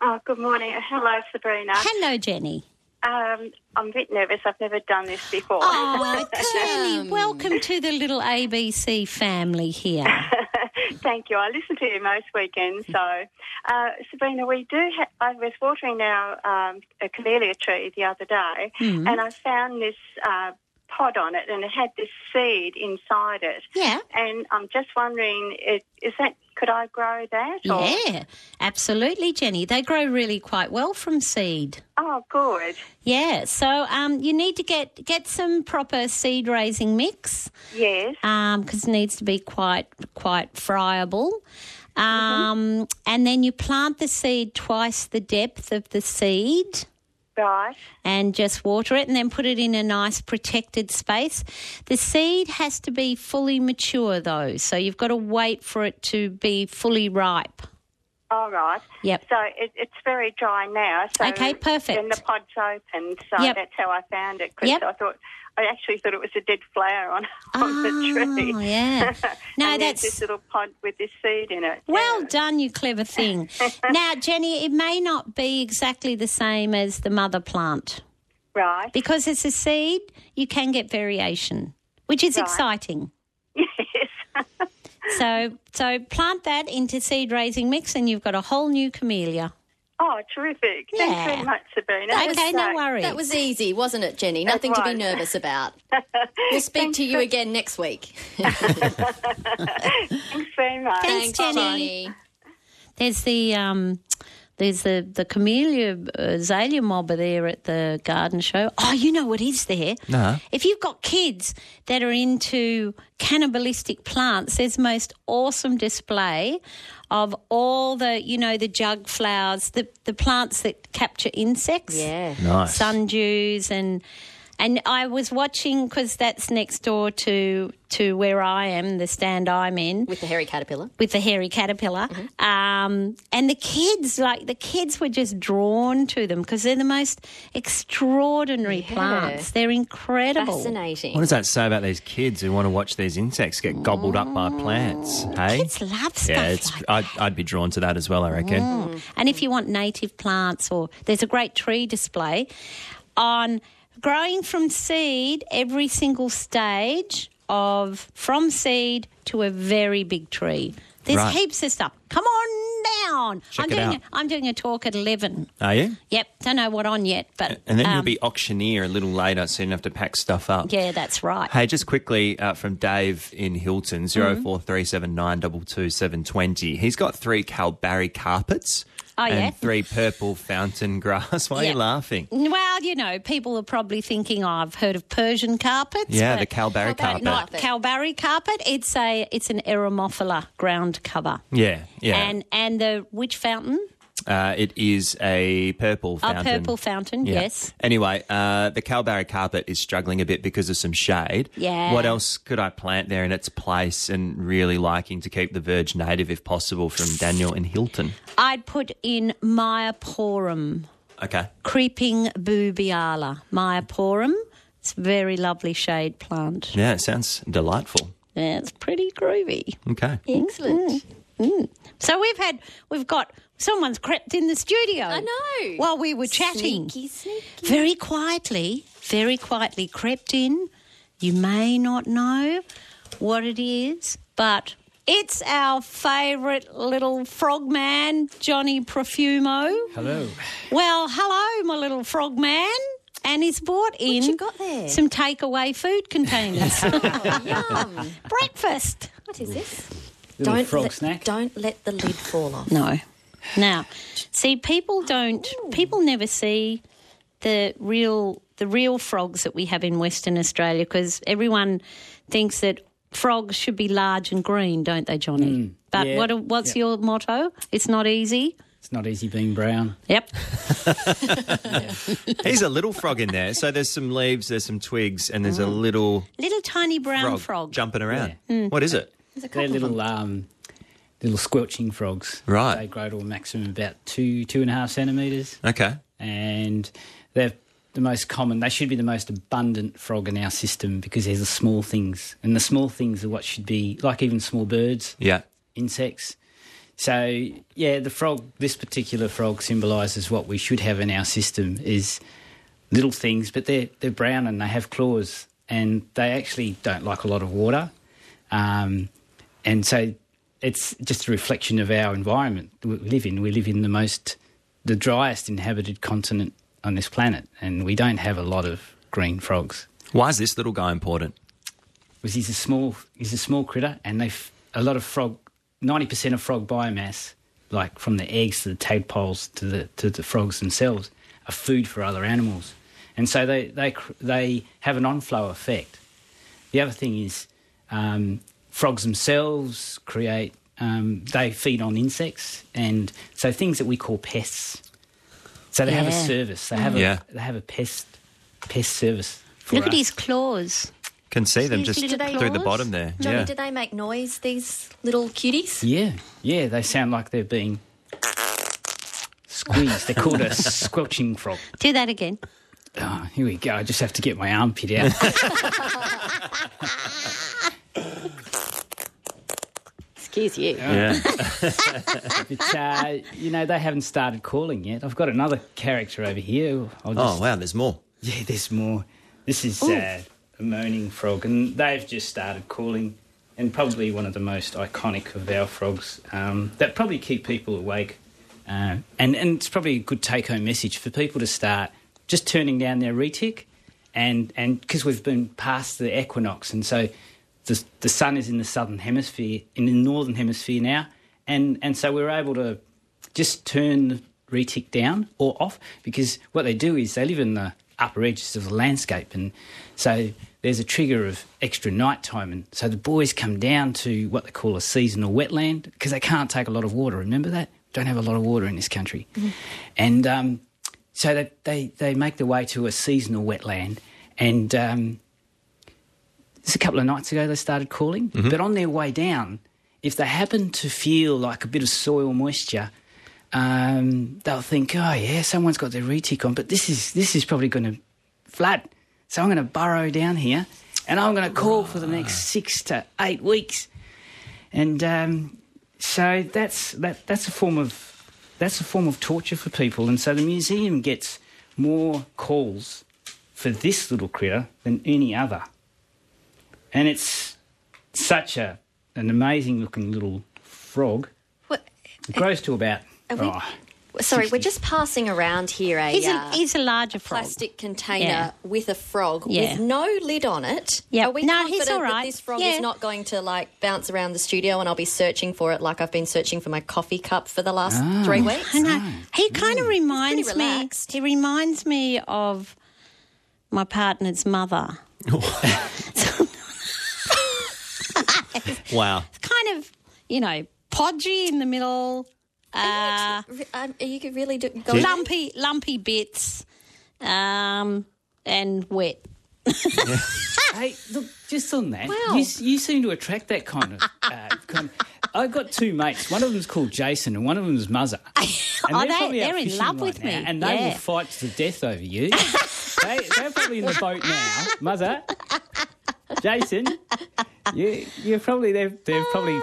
Speaker 11: Oh, good morning. Hello, Sabrina.
Speaker 4: Hello, Jenny.
Speaker 11: Um, I'm a bit nervous. I've never done this before.
Speaker 4: Oh, Jenny, welcome to the little ABC family here.
Speaker 11: Thank you. I listen to you most weekends. So, uh, Sabrina, we do. Ha- I was watering our um, a camellia tree the other day,
Speaker 4: Mm-hmm.
Speaker 11: and I found this uh, pod on it, and it had this seed inside it.
Speaker 4: Yeah.
Speaker 11: And I'm just wondering, i- is that could I grow that? Or?
Speaker 4: Yeah, absolutely, Jenny. They grow really quite well from seed.
Speaker 11: Oh, good.
Speaker 4: Yeah, so um, you need to get get some proper seed raising mix
Speaker 11: Yes.
Speaker 4: because it needs to be quite quite friable.
Speaker 11: Mm-hmm.
Speaker 4: Um, And then you plant the seed twice the depth of the seed
Speaker 11: Right.
Speaker 4: and just water it and then put it in a nice protected space. The seed has to be fully mature though, so you've got to wait for it to be fully ripe.
Speaker 11: All right.
Speaker 4: Yep.
Speaker 11: So it, it's very dry now. So
Speaker 4: Okay, perfect.
Speaker 11: And the pod's open, so
Speaker 4: Yep.
Speaker 11: that's how I found it. 'cause
Speaker 4: Yep.
Speaker 11: I thought I actually thought it was a dead flower on, on the tree.
Speaker 4: Oh, yeah. No,
Speaker 11: and
Speaker 4: that's
Speaker 11: there's this little pod with this seed in it.
Speaker 4: Well
Speaker 11: Yeah.
Speaker 4: done, you clever thing. now, Jenny, it may not be exactly the same as the mother plant.
Speaker 11: Right.
Speaker 4: Because it's a seed, you can get variation, which is exciting.
Speaker 11: Yes.
Speaker 4: So, so plant that into seed raising mix, and you've got a whole new camellia.
Speaker 11: Oh, terrific! Thanks
Speaker 4: Yeah.
Speaker 11: very much, Sabrina. That was
Speaker 4: Okay, no
Speaker 11: great.
Speaker 4: worries.
Speaker 3: That was easy, wasn't it, Jenny? Nothing to be
Speaker 11: was.
Speaker 3: nervous about. We'll speak to you again next week.
Speaker 11: Thanks very much.
Speaker 4: Thanks, Jenny.
Speaker 3: Jenny.
Speaker 4: There's the um, there's the the camellia uh, azalea mob are there at the garden show. Oh, you know what is there?
Speaker 5: No.
Speaker 4: If you've got kids that are into cannibalistic plants, there's the most awesome display of all the you know the jug flowers, the the plants that capture insects,
Speaker 3: Yeah.
Speaker 5: Nice.
Speaker 4: sundews and. And I was watching because that's next door to to where I am, the stand I'm in
Speaker 3: with the hairy caterpillar. Mm-hmm.
Speaker 4: with the hairy caterpillar. Um, and the kids, like the kids, were just drawn to them because they're the most extraordinary
Speaker 3: Yeah.
Speaker 4: plants. They're incredible.
Speaker 3: Fascinating.
Speaker 5: What does that say about these kids who want to watch these insects get gobbled up by plants? Hey,
Speaker 4: Kids love stuff
Speaker 5: yeah, it's,
Speaker 4: like Mm.
Speaker 5: I'd, I'd be drawn to that as well. I reckon.
Speaker 4: And if you want native plants, or there's a great tree display on growing from seed, every single stage of from seed to a very big tree. There's
Speaker 5: Right.
Speaker 4: heaps of stuff. Come on down.
Speaker 5: Check
Speaker 4: I'm
Speaker 5: it
Speaker 4: doing
Speaker 5: out.
Speaker 4: A, I'm doing a talk at eleven.
Speaker 5: Are you?
Speaker 4: Yep, don't know what on yet, but
Speaker 5: And then you'll
Speaker 4: um,
Speaker 5: be auctioneer a little later, so you don't have to pack stuff up.
Speaker 4: yeah, that's right.
Speaker 5: Hey, just quickly uh, from Dave in
Speaker 4: Mm-hmm.
Speaker 5: Hilton, 04379222720. He's got three Calbarry carpets
Speaker 4: Oh,
Speaker 5: and
Speaker 4: yeah.
Speaker 5: three purple fountain grass. Why are
Speaker 4: Yeah.
Speaker 5: you laughing?
Speaker 4: Well, you know, people are probably thinking, oh, I've heard of Persian carpets.
Speaker 5: Yeah,
Speaker 4: but-
Speaker 5: the Calbarry
Speaker 3: Calbarry
Speaker 5: carpet.
Speaker 4: Not Calvary carpet. It's a it's an aromophila ground cover.
Speaker 5: Yeah, yeah.
Speaker 4: And and the which fountain?
Speaker 5: uh, it is a purple
Speaker 4: A
Speaker 5: fountain.
Speaker 4: purple fountain.
Speaker 5: Yeah.
Speaker 4: Yes.
Speaker 5: Anyway, uh, the Calbarry carpet is struggling a bit because of some shade.
Speaker 4: Yeah.
Speaker 5: What else could I plant there in its place and really liking to keep the verge native if possible from Daniel and Hilton?
Speaker 4: I'd put in Myoporum,
Speaker 5: Okay.
Speaker 4: creeping boobiala. Myoporum. It's a very lovely shade plant.
Speaker 5: Yeah, it sounds delightful.
Speaker 4: Yeah, it's pretty groovy.
Speaker 5: Okay.
Speaker 3: Excellent.
Speaker 4: Mm, So we've had we've got someone's crept in the studio. I
Speaker 3: know.
Speaker 4: While we were chatting.
Speaker 3: Sneaky, sneaky.
Speaker 4: Very quietly, very quietly crept in. You may not know what it is, but it's our favourite little frogman, Johnny Profumo. Hello. Well, hello, my little frogman. And he's brought in
Speaker 3: you got there?
Speaker 4: some takeaway food containers.
Speaker 3: Yum.
Speaker 4: Breakfast.
Speaker 3: What is this?
Speaker 12: Little frog
Speaker 3: let,
Speaker 12: snack.
Speaker 3: don't let the lid fall off.
Speaker 4: No. Now, see, people don't. People never see the real the real frogs that we have in Western Australia because everyone thinks that frogs should be large and green, don't they, Johnny? but
Speaker 12: Mm. yeah,
Speaker 4: what what's your motto? It's not easy.
Speaker 12: It's not easy being brown.
Speaker 4: Yep.
Speaker 5: He's a little frog in there. So there's some leaves, there's some twigs, and there's a little
Speaker 4: Little tiny
Speaker 5: frog,
Speaker 4: brown Mm. frog. Mm.
Speaker 5: jumping around. What is it?
Speaker 12: They're little um, little squelching frogs.
Speaker 5: Right.
Speaker 12: They grow to a maximum of about two two and a half centimeters,
Speaker 5: Okay.
Speaker 12: and they're the most common. They should be the most abundant frog in our system because there's the small things, and the small things are what should be like even small birds,
Speaker 5: Yeah.
Speaker 12: insects. So yeah, the frog. This particular frog symbolises what we should have in our system is little things, but they're they're brown and they have claws, and they actually don't like a lot of water, um, and so it's just a reflection of our environment that we live in. We live in the most the driest inhabited continent on this planet, and we don't have a lot of green frogs
Speaker 5: Why is this little guy important?
Speaker 12: was he's a small he's a small critter, and they f- a lot of frog ninety percent of frog biomass, like from the eggs to the tadpoles to the to the frogs themselves, are food for other animals, and so they they cr- they have an onflow effect. The other thing is um, frogs themselves create um, they feed on insects, and so things that we call pests. So they have a
Speaker 4: Yeah.
Speaker 12: service. They have
Speaker 5: Yeah.
Speaker 12: a they have a pest pest service. for
Speaker 4: Look at
Speaker 12: us.
Speaker 4: his claws.
Speaker 5: Can see them
Speaker 4: These
Speaker 5: just
Speaker 4: little
Speaker 5: through the
Speaker 4: claws?
Speaker 5: bottom there.
Speaker 3: Johnny,
Speaker 5: yeah.
Speaker 3: do they make noise, these little cuties?
Speaker 12: Yeah, yeah, they sound like they're being squeezed. They're called a squelching frog.
Speaker 4: Do that again.
Speaker 12: Oh, here we go. I just have to get my armpit out.
Speaker 3: Excuse you.
Speaker 5: yeah.
Speaker 12: But, uh, you know, they haven't started calling yet. I've got another character over here. I'll just,
Speaker 5: oh wow, there's more.
Speaker 12: Yeah, there's more. This is uh, a moaning frog, and they've just started calling. And probably one of the most iconic of our frogs um, that probably keep people awake. Uh, and, and it's probably a good take home message for people to start just turning down their retic. And because we've been past the equinox, and so the, the sun is in the southern hemisphere, in the northern hemisphere now. And, and so we're able to just turn the retic down or off because what they do is they live in the upper edges of the landscape and so there's a trigger of extra night time and so the boys come down to what they call a seasonal wetland because they can't take a lot of water remember that don't have a lot of water in this country and um, so they, they, they make their way to a seasonal wetland And um, just a couple of nights ago, they started calling. But on their way down, if they happen to feel like a bit of soil moisture, um, they'll think, "Oh yeah, someone's got their retic on, but this is this is probably going to flood, so I'm going to burrow down here, and I'm going to call for the next six to eight weeks." And um, so that's that, that's a form of that's a form of torture for people, and so the museum gets more calls for this little critter than any other, and it's such a an amazing looking little frog.
Speaker 3: What-
Speaker 12: It grows to about
Speaker 3: Are we-
Speaker 12: oh,
Speaker 3: Sorry, we're just passing around here a,
Speaker 4: He's a-
Speaker 3: uh,
Speaker 4: he's a larger frog.
Speaker 3: plastic container
Speaker 4: Yeah.
Speaker 3: with a frog
Speaker 4: Yeah.
Speaker 3: with no lid on it.
Speaker 4: Yeah.
Speaker 3: Are we
Speaker 4: No, he's
Speaker 3: confident
Speaker 4: all right.
Speaker 3: that this frog
Speaker 4: Yeah.
Speaker 3: is not going to like bounce around the studio and I'll be searching for it like I've been searching for my coffee cup for the last
Speaker 12: Ah.
Speaker 3: three weeks?
Speaker 4: I know. He kind of reminds me.
Speaker 3: Mm. relaxed.
Speaker 4: He reminds me of my partner's mother.
Speaker 5: Wow.
Speaker 4: Kind of, you know, podgy in the middle, uh,
Speaker 3: Re- Um, are you really do- going?
Speaker 4: lumpy, lumpy bits, um, and wet.
Speaker 12: Hey, look, just on that,
Speaker 3: Wow.
Speaker 12: you, you seem to attract that kind of. Uh, kind of I got two mates. One of them's called Jason, and one of them's Muzza. And
Speaker 4: Oh, they-
Speaker 12: probably out
Speaker 4: they're in
Speaker 12: fishing
Speaker 4: love with
Speaker 12: now,
Speaker 4: me,
Speaker 12: and they will
Speaker 4: yeah.
Speaker 12: fight to the death over you. they, they're probably in the boat now, Muzza. Jason, you, you're probably they're, they're probably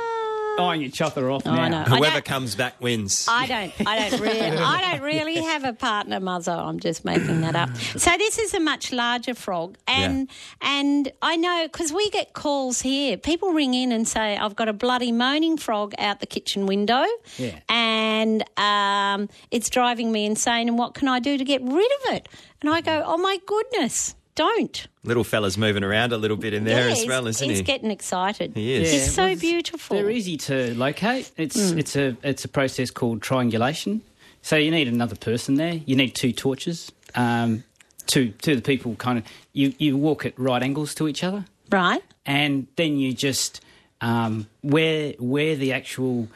Speaker 12: eyeing your chopper off now.
Speaker 4: Ah. Oh, I know. I
Speaker 5: Whoever
Speaker 4: don't-
Speaker 5: comes back wins.
Speaker 4: I don't, I don't really, I don't really have a partner mother. I'm just making that up. So this is a much larger frog, and and I know because we get calls here. People ring in and say, "I've got a bloody moaning frog out the kitchen window,
Speaker 12: Yeah.
Speaker 4: and um, it's driving me insane. And what can I do to get rid of it?" And I go, "Oh my goodness, don't!"
Speaker 5: Little fella's moving around a little bit in there
Speaker 4: Yeah,
Speaker 5: as
Speaker 4: he's-
Speaker 5: well, isn't
Speaker 4: he's
Speaker 5: he?
Speaker 4: getting excited.
Speaker 5: He is.
Speaker 4: He's so beautiful. Hmm.
Speaker 12: They're easy to locate. It's it's a it's a process called triangulation. So you need another person there. You need two torches. Um, two two of the people kind of you you walk at right angles to each other,
Speaker 4: right?
Speaker 12: and then you just um, where where the actual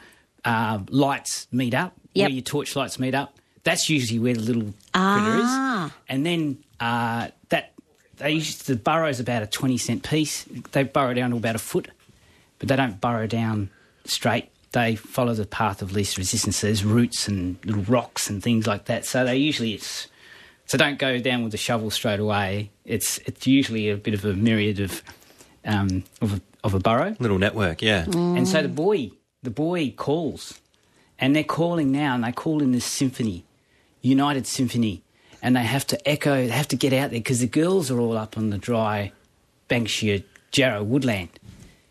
Speaker 12: uh, lights meet up,
Speaker 4: Yep.
Speaker 12: where your torch lights meet up. That's usually where the little
Speaker 4: Ah.
Speaker 12: critter is, Ah. and then uh, that they usually the burrow's about a twenty cent piece. They burrow down to about a foot but they don't burrow down straight. They follow the path of least resistance. So there's roots and little rocks and things like that. So they usually it's so don't go down with the shovel straight away. It's it's usually a bit of a myriad of um, of a, of a burrow. Mm.
Speaker 5: Little network, yeah.
Speaker 12: And so the boy, the boy calls, and they're calling now, and they call in this symphony, United Symphony, and they have to echo, they have to get out there because the girls are all up on the dry Bankshire Jarrow woodland,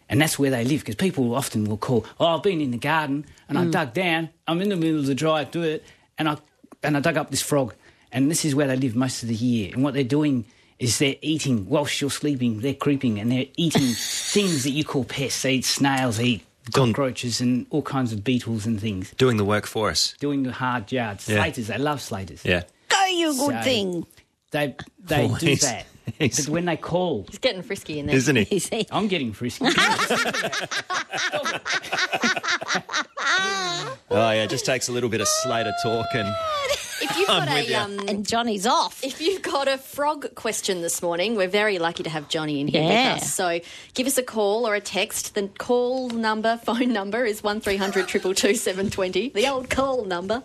Speaker 12: and that's where they live. Because people often will call, "Oh, I've been in the garden, and
Speaker 5: Mm.
Speaker 12: I dug down. I'm in the middle of the dry dirt, and I and I dug up this frog." And this is where they live most of the year. And what they're doing is they're eating whilst you're sleeping, they're creeping and they're eating things that you call pests. They eat snails, they eat
Speaker 5: Don't-
Speaker 12: cockroaches and all kinds of beetles and things.
Speaker 5: Doing the work for us.
Speaker 12: Doing the hard yards.
Speaker 5: Yeah.
Speaker 12: Slaters, they love slaters.
Speaker 5: Yeah.
Speaker 4: Go, you good
Speaker 12: So-
Speaker 4: thing.
Speaker 12: They they
Speaker 5: Oh,
Speaker 12: do
Speaker 5: he's-
Speaker 12: that.
Speaker 5: he's-
Speaker 12: But when they call,
Speaker 3: It's getting frisky in there.
Speaker 5: Isn't he?
Speaker 12: I'm getting frisky.
Speaker 5: Oh, yeah. Just takes a little bit of Slater talk and
Speaker 3: If you've got
Speaker 5: with
Speaker 3: a
Speaker 5: you.
Speaker 3: um,
Speaker 4: And Johnny's off.
Speaker 3: If you've got a frog question this morning, we're very lucky to have Johnny in here
Speaker 4: Yeah.
Speaker 3: with us. So give us a call or a text. The call number, phone number is 1300 222 720, the old call number.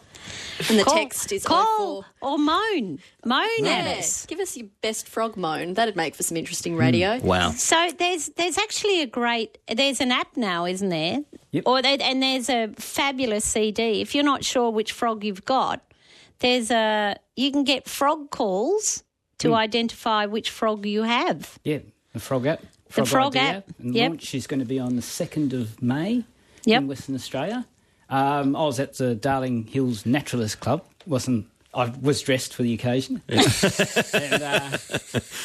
Speaker 3: And the
Speaker 4: Call-
Speaker 3: text is
Speaker 4: call
Speaker 3: 04.
Speaker 4: or moan, moan at
Speaker 3: Yeah.
Speaker 4: us.
Speaker 3: Give us your best frog moan. That'd make for some interesting radio.
Speaker 12: Hmm,
Speaker 5: wow.
Speaker 4: So there's there's actually a great there's an app now, isn't there?
Speaker 12: Yep.
Speaker 4: Or there, and there's a fabulous CD. If you're not sure which frog you've got, there's a you can get frog calls to
Speaker 12: Hmm.
Speaker 4: identify which frog you have.
Speaker 12: yeah, the frog app. Frog
Speaker 4: Frog
Speaker 12: Idea,
Speaker 4: app,
Speaker 12: And
Speaker 4: yep.
Speaker 12: launch is going to be on the 2nd of May
Speaker 4: Yep.
Speaker 12: in Western Australia. Um, I was at the Darling Hills Naturalist Club. Wasn't I was dressed for the occasion. and, uh,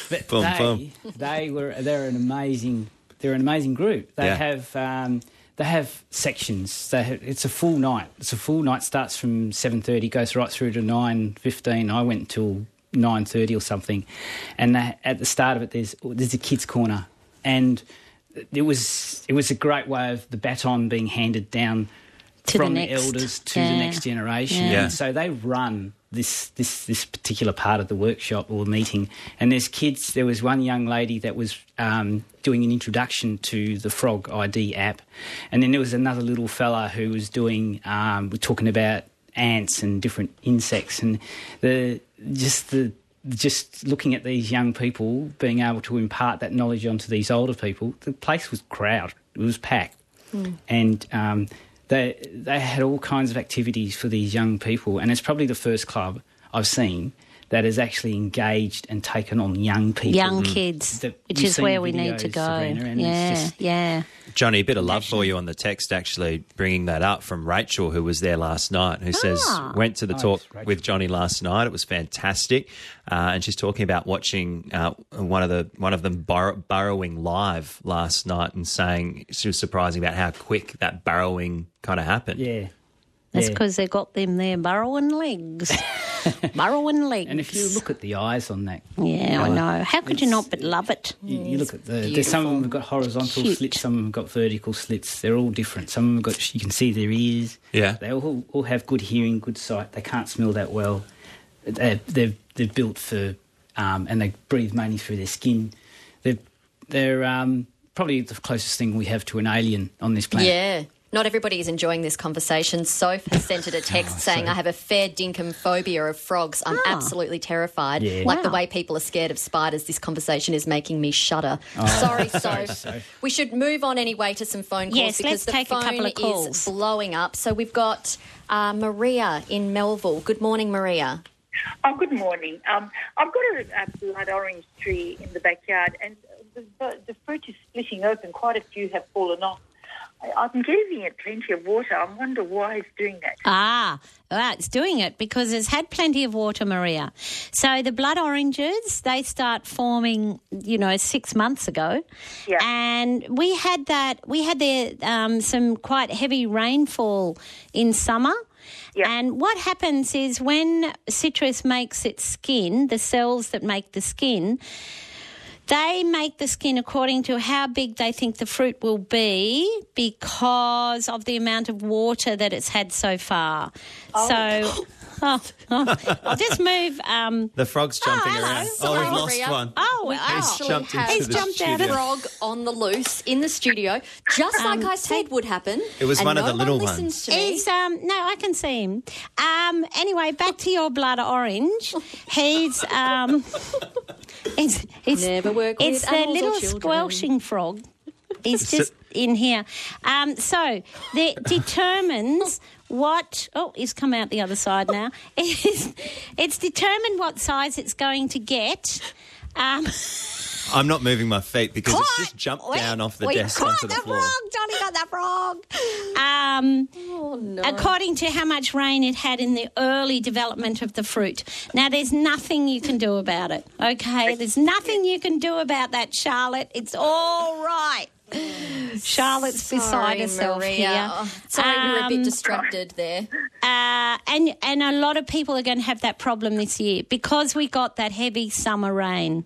Speaker 12: but
Speaker 5: Boom,
Speaker 12: they,
Speaker 5: boom.
Speaker 12: they were they're an amazing they're an amazing group. They
Speaker 5: Yeah.
Speaker 12: have um, they have sections. They have, it's a full night. It's a full night. Starts from seven thirty, goes right through to nine fifteen. I went till nine thirty or something. And they, at the start of it, there's there's a kids corner, and it was it was a great way of the baton being handed down
Speaker 4: To the
Speaker 12: from the,
Speaker 4: next.
Speaker 12: elders to
Speaker 4: Yeah.
Speaker 12: the next generation.
Speaker 5: Yeah.
Speaker 12: So they run this this this particular part of the workshop or meeting. And there's kids. There was one young lady that was um, doing an introduction to the Frog ID app, and then there was another little fella who was doing um, we're talking about ants and different insects and the just the just looking at these young people being able to impart that knowledge onto these older people. The place was crowded. It was packed
Speaker 4: Hmm.
Speaker 12: and um, they they had all kinds of activities for these young people, and it's probably the first club I've seen that has actually engaged and taken on young people, Mm.
Speaker 4: Young kids,
Speaker 12: That
Speaker 4: which
Speaker 12: we've
Speaker 4: is
Speaker 12: seen
Speaker 4: where we need to
Speaker 12: videos,
Speaker 4: go.
Speaker 12: Sabrina, and it's
Speaker 4: yeah,
Speaker 12: just-
Speaker 4: yeah.
Speaker 5: Johnny, a bit of love for you on the text, actually, bringing that up from Rachel, who was there last night, who
Speaker 4: Ah.
Speaker 5: says, went to the
Speaker 4: Nice,
Speaker 5: talk with Johnny last night. It was fantastic. Uh, and she's talking about watching uh, one of the one of them bur- burrowing live last night and saying she was surprising about how quick that burrowing kind of happened.
Speaker 12: Yeah.
Speaker 4: That's
Speaker 12: Yeah.
Speaker 4: because they got them their burrowing legs. burrowing legs.
Speaker 12: And if you look at the eyes on that,
Speaker 4: yeah, I
Speaker 12: colour,
Speaker 4: know. How could you not but love it?
Speaker 12: You, you look at the. There's some of them have got horizontal
Speaker 4: Cute.
Speaker 12: slits, some of them have got vertical slits. They're all different. Some of them have got. You can see their ears.
Speaker 5: Yeah.
Speaker 12: They all all have good hearing, good sight. They can't smell that well. They're they're, they're built for, um, and they breathe mainly through their skin. They're they're um, probably the closest thing we have to an alien on this planet.
Speaker 3: Yeah. Not everybody is enjoying this conversation. Soph has sent it a text saying, I have a fair dinkum phobia of frogs. I'm
Speaker 4: Ah.
Speaker 3: absolutely terrified.
Speaker 12: Yeah.
Speaker 3: Like the
Speaker 12: Wow.
Speaker 3: way people are scared of spiders, this conversation is making me shudder. Sorry, Soph. We should move on anyway to some phone calls
Speaker 4: Yes,
Speaker 3: because
Speaker 4: let's
Speaker 3: the
Speaker 4: take a
Speaker 3: phone
Speaker 4: couple of
Speaker 3: is
Speaker 4: calls.
Speaker 3: blowing up. So we've got uh, Maria in Melville. Good morning, Maria.
Speaker 10: Oh, good morning. Um, I've got a, a blood orange tree in the backyard, and the, the, the fruit is splitting open. Quite a few have fallen off. I, I'm giving it plenty of water. I wonder why it's doing that.
Speaker 4: Ah, well, it's doing it because it's had plenty of water, Maria. So the blood oranges, they start forming, you know, six months ago. Yeah. And we had that, we had there um, some quite heavy rainfall in summer. And what happens is when citrus makes its skin, the cells that make the skin, they make the skin according to how big they think the fruit will be because of the amount of water that it's had so far. So. Oh, oh, I'll just move. Um,
Speaker 5: The frog's jumping around. oh,
Speaker 3: Sorry,
Speaker 5: we've lost
Speaker 3: Maria.
Speaker 5: one.
Speaker 4: Oh,
Speaker 3: we
Speaker 4: wow.
Speaker 3: actually
Speaker 5: jumped
Speaker 3: have
Speaker 5: into the
Speaker 3: jumped out a
Speaker 5: studio.
Speaker 3: frog on the loose in the studio, just
Speaker 4: Um,
Speaker 3: like I said would happen.
Speaker 5: It was
Speaker 3: and
Speaker 5: one of
Speaker 3: no
Speaker 5: the little
Speaker 3: one listens
Speaker 5: ones.
Speaker 3: To me.
Speaker 4: He's, um, no, I can see him. Um, anyway, back to your blood orange. He's um, it's, it's
Speaker 3: Never work with
Speaker 4: it's the
Speaker 3: animals or
Speaker 4: little
Speaker 3: children.
Speaker 4: squelching frog. He's
Speaker 3: So-
Speaker 4: just in here. Um, so that determines what. Oh, he's come out the other side now. It's, it's determined what size it's going to get. Um,
Speaker 5: I'm not moving my feet because it's just jumped
Speaker 4: we-
Speaker 5: down off the
Speaker 4: we
Speaker 5: desk
Speaker 4: caught
Speaker 5: onto the
Speaker 4: the
Speaker 5: floor.
Speaker 4: frog. Johnny got that frog. Um,
Speaker 3: Oh,
Speaker 4: According to how much rain it had in the early development of the fruit. Now, there's nothing you can do about it, okay? There's nothing you can do about that, Charlotte. It's all right. Charlotte's beside
Speaker 3: Sorry,
Speaker 4: herself
Speaker 3: Maria.
Speaker 4: here.
Speaker 3: Oh, sorry, we were a bit
Speaker 4: Um,
Speaker 3: distracted there.
Speaker 4: uh, and and a lot of people are going to have that problem this year because we got that heavy summer rain.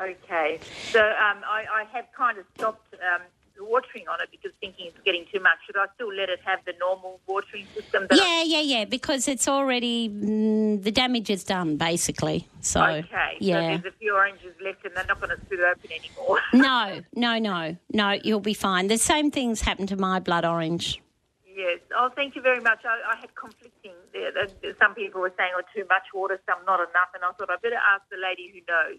Speaker 10: Okay. So um, I, I have kind of stopped um, watering on it because thinking it's getting too much. Should I still let it have the normal watering system? that
Speaker 4: Yeah, yeah, yeah. Because it's already mm, the damage is done, basically. So
Speaker 10: I, okay.
Speaker 4: yeah.
Speaker 10: So there's a few oranges left, and they're not going to split open anymore.
Speaker 4: no, no, no, no. You'll be fine. The same things happened to my blood orange.
Speaker 10: Yes. Oh, thank you very much. I, I had conflicting. there- there- Some people were saying, "Oh, too much water," some not enough, and I thought I better ask the lady who knows.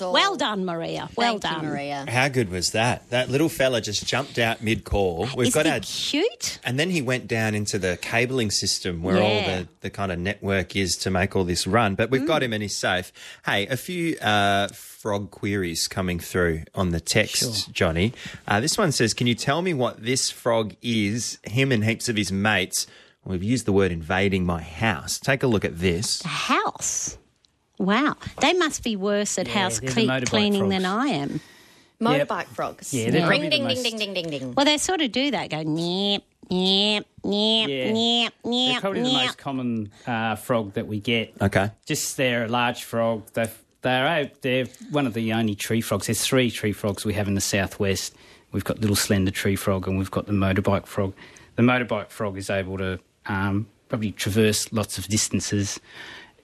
Speaker 4: Yeah. well done, Maria. Well
Speaker 3: Thank
Speaker 4: done,
Speaker 3: you, Maria.
Speaker 5: How good was that? That little fella just jumped out mid call. We've
Speaker 4: Is
Speaker 5: got
Speaker 4: he
Speaker 5: our
Speaker 4: cute?
Speaker 5: And then he went down into the cabling system where all
Speaker 4: Yeah. Mm.
Speaker 5: the, the kind of network is to make all this run. But we've got him and he's safe. Hey, a few uh, frog queries coming through on the text, Johnny. Uh, this one says, Can you tell me what this frog is? Him and heaps of his mates. We've used the word invading my house. Take a look at this.
Speaker 4: The house. Wow, they must be worse at house
Speaker 5: they're the
Speaker 4: cle-
Speaker 5: motorbike
Speaker 4: cleaning than
Speaker 5: frogs.
Speaker 4: I am.
Speaker 5: Yep.
Speaker 3: Motorbike frogs.
Speaker 5: Yeah, they're
Speaker 4: Ring,
Speaker 5: probably the
Speaker 4: ding, ding,
Speaker 5: most-
Speaker 4: ding, ding, ding, ding. Well, they sort of do that. Go, nyep, nyep, nyep,
Speaker 12: Yeah.
Speaker 4: nyep,
Speaker 12: They're
Speaker 4: nyep,
Speaker 12: probably the
Speaker 4: nyep.
Speaker 12: most common uh, frog that we get.
Speaker 5: Okay.
Speaker 12: Just they're a large frog. They're, they're, out- they're one of the only tree frogs. There's three tree frogs we have in the southwest. We've got little slender tree frog and we've got the motorbike frog. The motorbike frog is able to um, probably traverse lots of distances.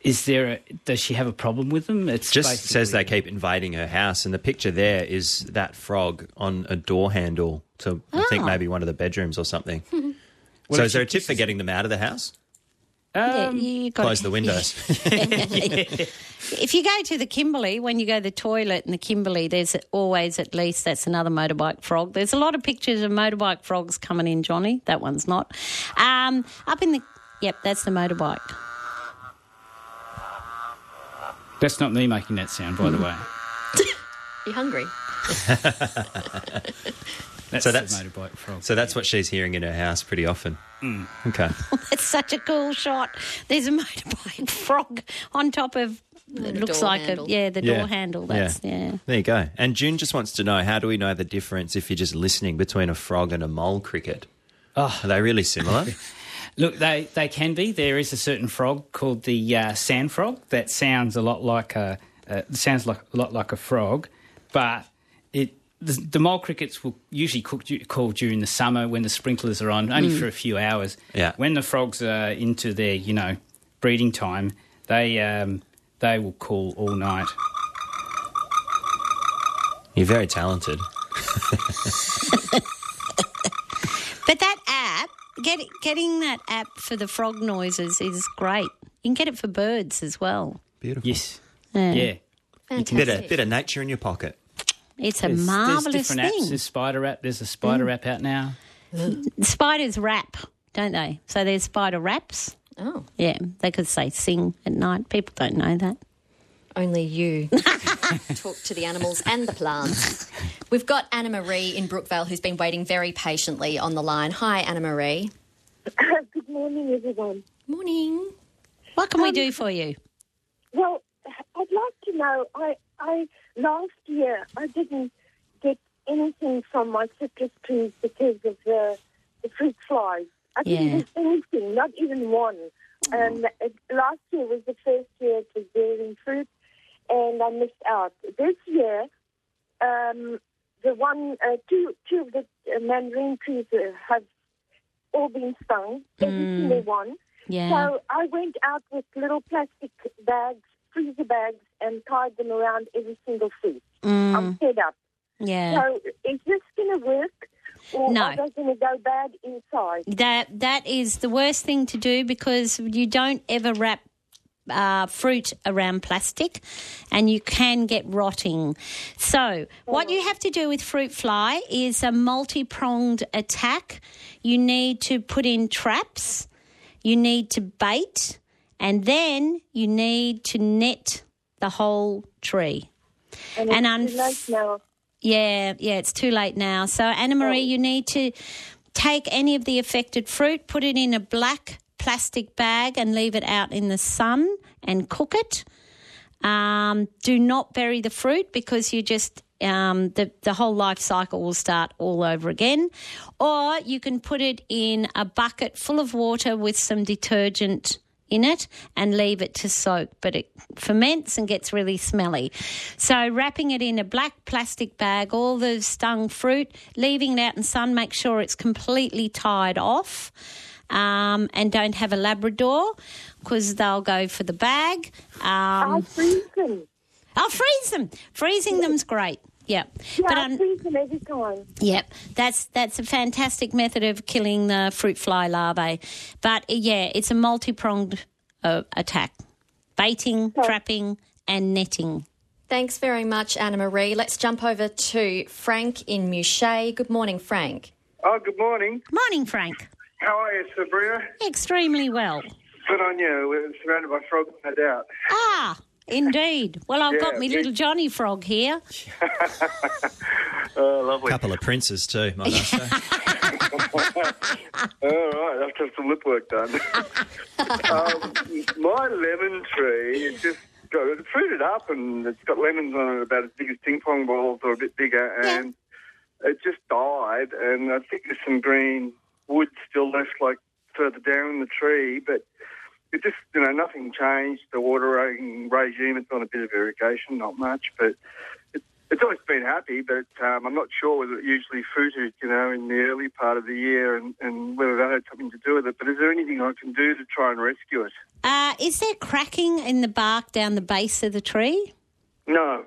Speaker 12: Is there? A, does she have a problem with them? It's
Speaker 5: just
Speaker 12: basi-
Speaker 5: says they keep invading her house, and the picture there is that frog on a door handle to I think
Speaker 12: Oh.
Speaker 5: maybe one of the bedrooms or something.
Speaker 12: Well,
Speaker 5: so,
Speaker 12: if
Speaker 5: is there a tip for getting them out of the house?
Speaker 12: Um,
Speaker 5: Close the windows.
Speaker 4: If you go to the Kimberley, when you go to the toilet in the Kimberley, there's always at least that's another motorbike frog. There's a lot of pictures of motorbike frogs coming in, Johnny. That one's not. Um, up in the yep, that's the motorbike.
Speaker 12: That's not me making that sound, by the way.
Speaker 3: You hungry?
Speaker 12: That's
Speaker 5: so
Speaker 12: the
Speaker 5: that's
Speaker 12: motorbike frog.
Speaker 5: So that's what she's hearing in her house pretty often.
Speaker 12: Mm.
Speaker 5: Okay.
Speaker 4: That's such a cool shot. There's a motorbike frog on top of. It looks
Speaker 3: door
Speaker 4: like
Speaker 3: handle.
Speaker 4: a yeah, the
Speaker 5: Yeah.
Speaker 4: door handle. That's yeah.
Speaker 5: There you go. And June just wants to know how do we know the difference if you're just listening between a frog and a mole cricket?
Speaker 12: Oh.
Speaker 5: Are they really similar?
Speaker 12: Look, they, they can be. There is a certain frog called the uh, sand frog that sounds a lot like a uh, sounds like a lot like a frog, but it the, the mole crickets will usually cook, call during the summer when the sprinklers are on, only
Speaker 13: Mm.
Speaker 12: for a few hours.
Speaker 13: Yeah.
Speaker 12: When the frogs are into their you know breeding time, they um, they will call all night.
Speaker 5: You're very talented.
Speaker 4: But that app, get, getting that app for the frog noises is great. You can get it for birds as well.
Speaker 5: Beautiful.
Speaker 12: Yes.
Speaker 4: Yeah.
Speaker 12: Yeah.
Speaker 5: Bit of, bit of nature in your pocket.
Speaker 4: It's a
Speaker 12: There's-
Speaker 4: marvelous
Speaker 12: there's different
Speaker 4: thing. Mm.
Speaker 12: Apps. There's spider app. There's a spider app out now.
Speaker 4: Spiders rap, don't they? So there's spider raps.
Speaker 3: Oh.
Speaker 4: Yeah, they could say sing at night. People don't know that.
Speaker 3: Only you. talk to the animals and the plants. We've got Anna Marie in Brookvale who's been waiting very patiently on the line. Hi, Anna Marie.
Speaker 10: Good morning, everyone.
Speaker 3: Morning.
Speaker 4: What can we
Speaker 10: Um,
Speaker 4: do for you?
Speaker 10: Well, I'd like to know. I, I last year I didn't get anything from my citrus trees because of the, the fruit flies. I didn't
Speaker 4: Yeah.
Speaker 10: get anything, not even one. And it, last year was the first year it was bearing fruit, and I missed out. This year, um, the one, uh, two, two of the uh, mandarin trees uh, have all been stung, every
Speaker 4: Mm.
Speaker 10: single one.
Speaker 4: Yeah.
Speaker 10: So I went out with little plastic bags, freezer bags, and tied them around every single fruit.
Speaker 4: Mm.
Speaker 10: I'm fed up.
Speaker 4: Yeah.
Speaker 10: So is this going to work, or
Speaker 4: No.
Speaker 10: are they going to go bad inside?
Speaker 4: That that is the worst thing to do because you don't ever wrap uh, fruit around plastic, and you can get rotting. So what you have to do with fruit fly is a multi-pronged attack. You need to put in traps. You need to bait, and then you need to net the whole tree.
Speaker 10: And,
Speaker 4: And
Speaker 10: it's too late now.
Speaker 4: Yeah, yeah, it's too late now. So, Anna Marie, you need to take any of the affected fruit, put it in a black plastic bag, and leave it out in the sun and cook it. Um, do not bury the fruit because you just um, the the whole life cycle will start all over again. Or you can put it in a bucket full of water with some detergent in it and leave it to soak, but it ferments and gets really smelly. So wrapping it in a black plastic bag, all the stung fruit, leaving it out in sun, make sure it's completely tied off. Um, and don't have a Labrador because they'll go for the bag. Um,
Speaker 10: I freeze them.
Speaker 4: I'll freeze them. Freezing them's great. Yeah.
Speaker 10: Yeah,
Speaker 4: But
Speaker 10: I
Speaker 4: un-
Speaker 10: freeze them every time.
Speaker 4: Yep, that's that's a fantastic method of killing the fruit fly larvae. But uh, yeah, it's a multi pronged uh, attack: baiting,
Speaker 14: Oh.
Speaker 4: trapping, and netting.
Speaker 3: Thanks very much, Anna Marie. Let's jump over to Frank in Muchet. Good morning, Frank.
Speaker 14: Oh, good morning.
Speaker 4: Morning, Frank.
Speaker 14: How are you, Sabrina?
Speaker 4: Extremely well.
Speaker 14: Good on you. We're surrounded by frogs, no doubt.
Speaker 4: Ah, indeed. Well, I've got
Speaker 14: Yeah,
Speaker 4: me
Speaker 14: big-
Speaker 4: little Johnny Frog here.
Speaker 14: Oh, lovely.
Speaker 5: couple of princes, too, might I say.
Speaker 14: All Oh, right, that's just some lip work done. um, my lemon tree is just got it fruited up and it's got lemons on it about as big as ping pong balls or a bit bigger and it just died and I think there's some green wood still left like further down the tree but it just you know, nothing changed. The watering regime, it's on a bit of irrigation, not much, but it, It's always been happy, but um, I'm not sure whether it usually fruited, you know, in the early part of the year and, and whether that had something to do with it. But is there anything I can do to try and rescue it?
Speaker 4: Uh, is there cracking in the bark down the base of the tree?
Speaker 14: No.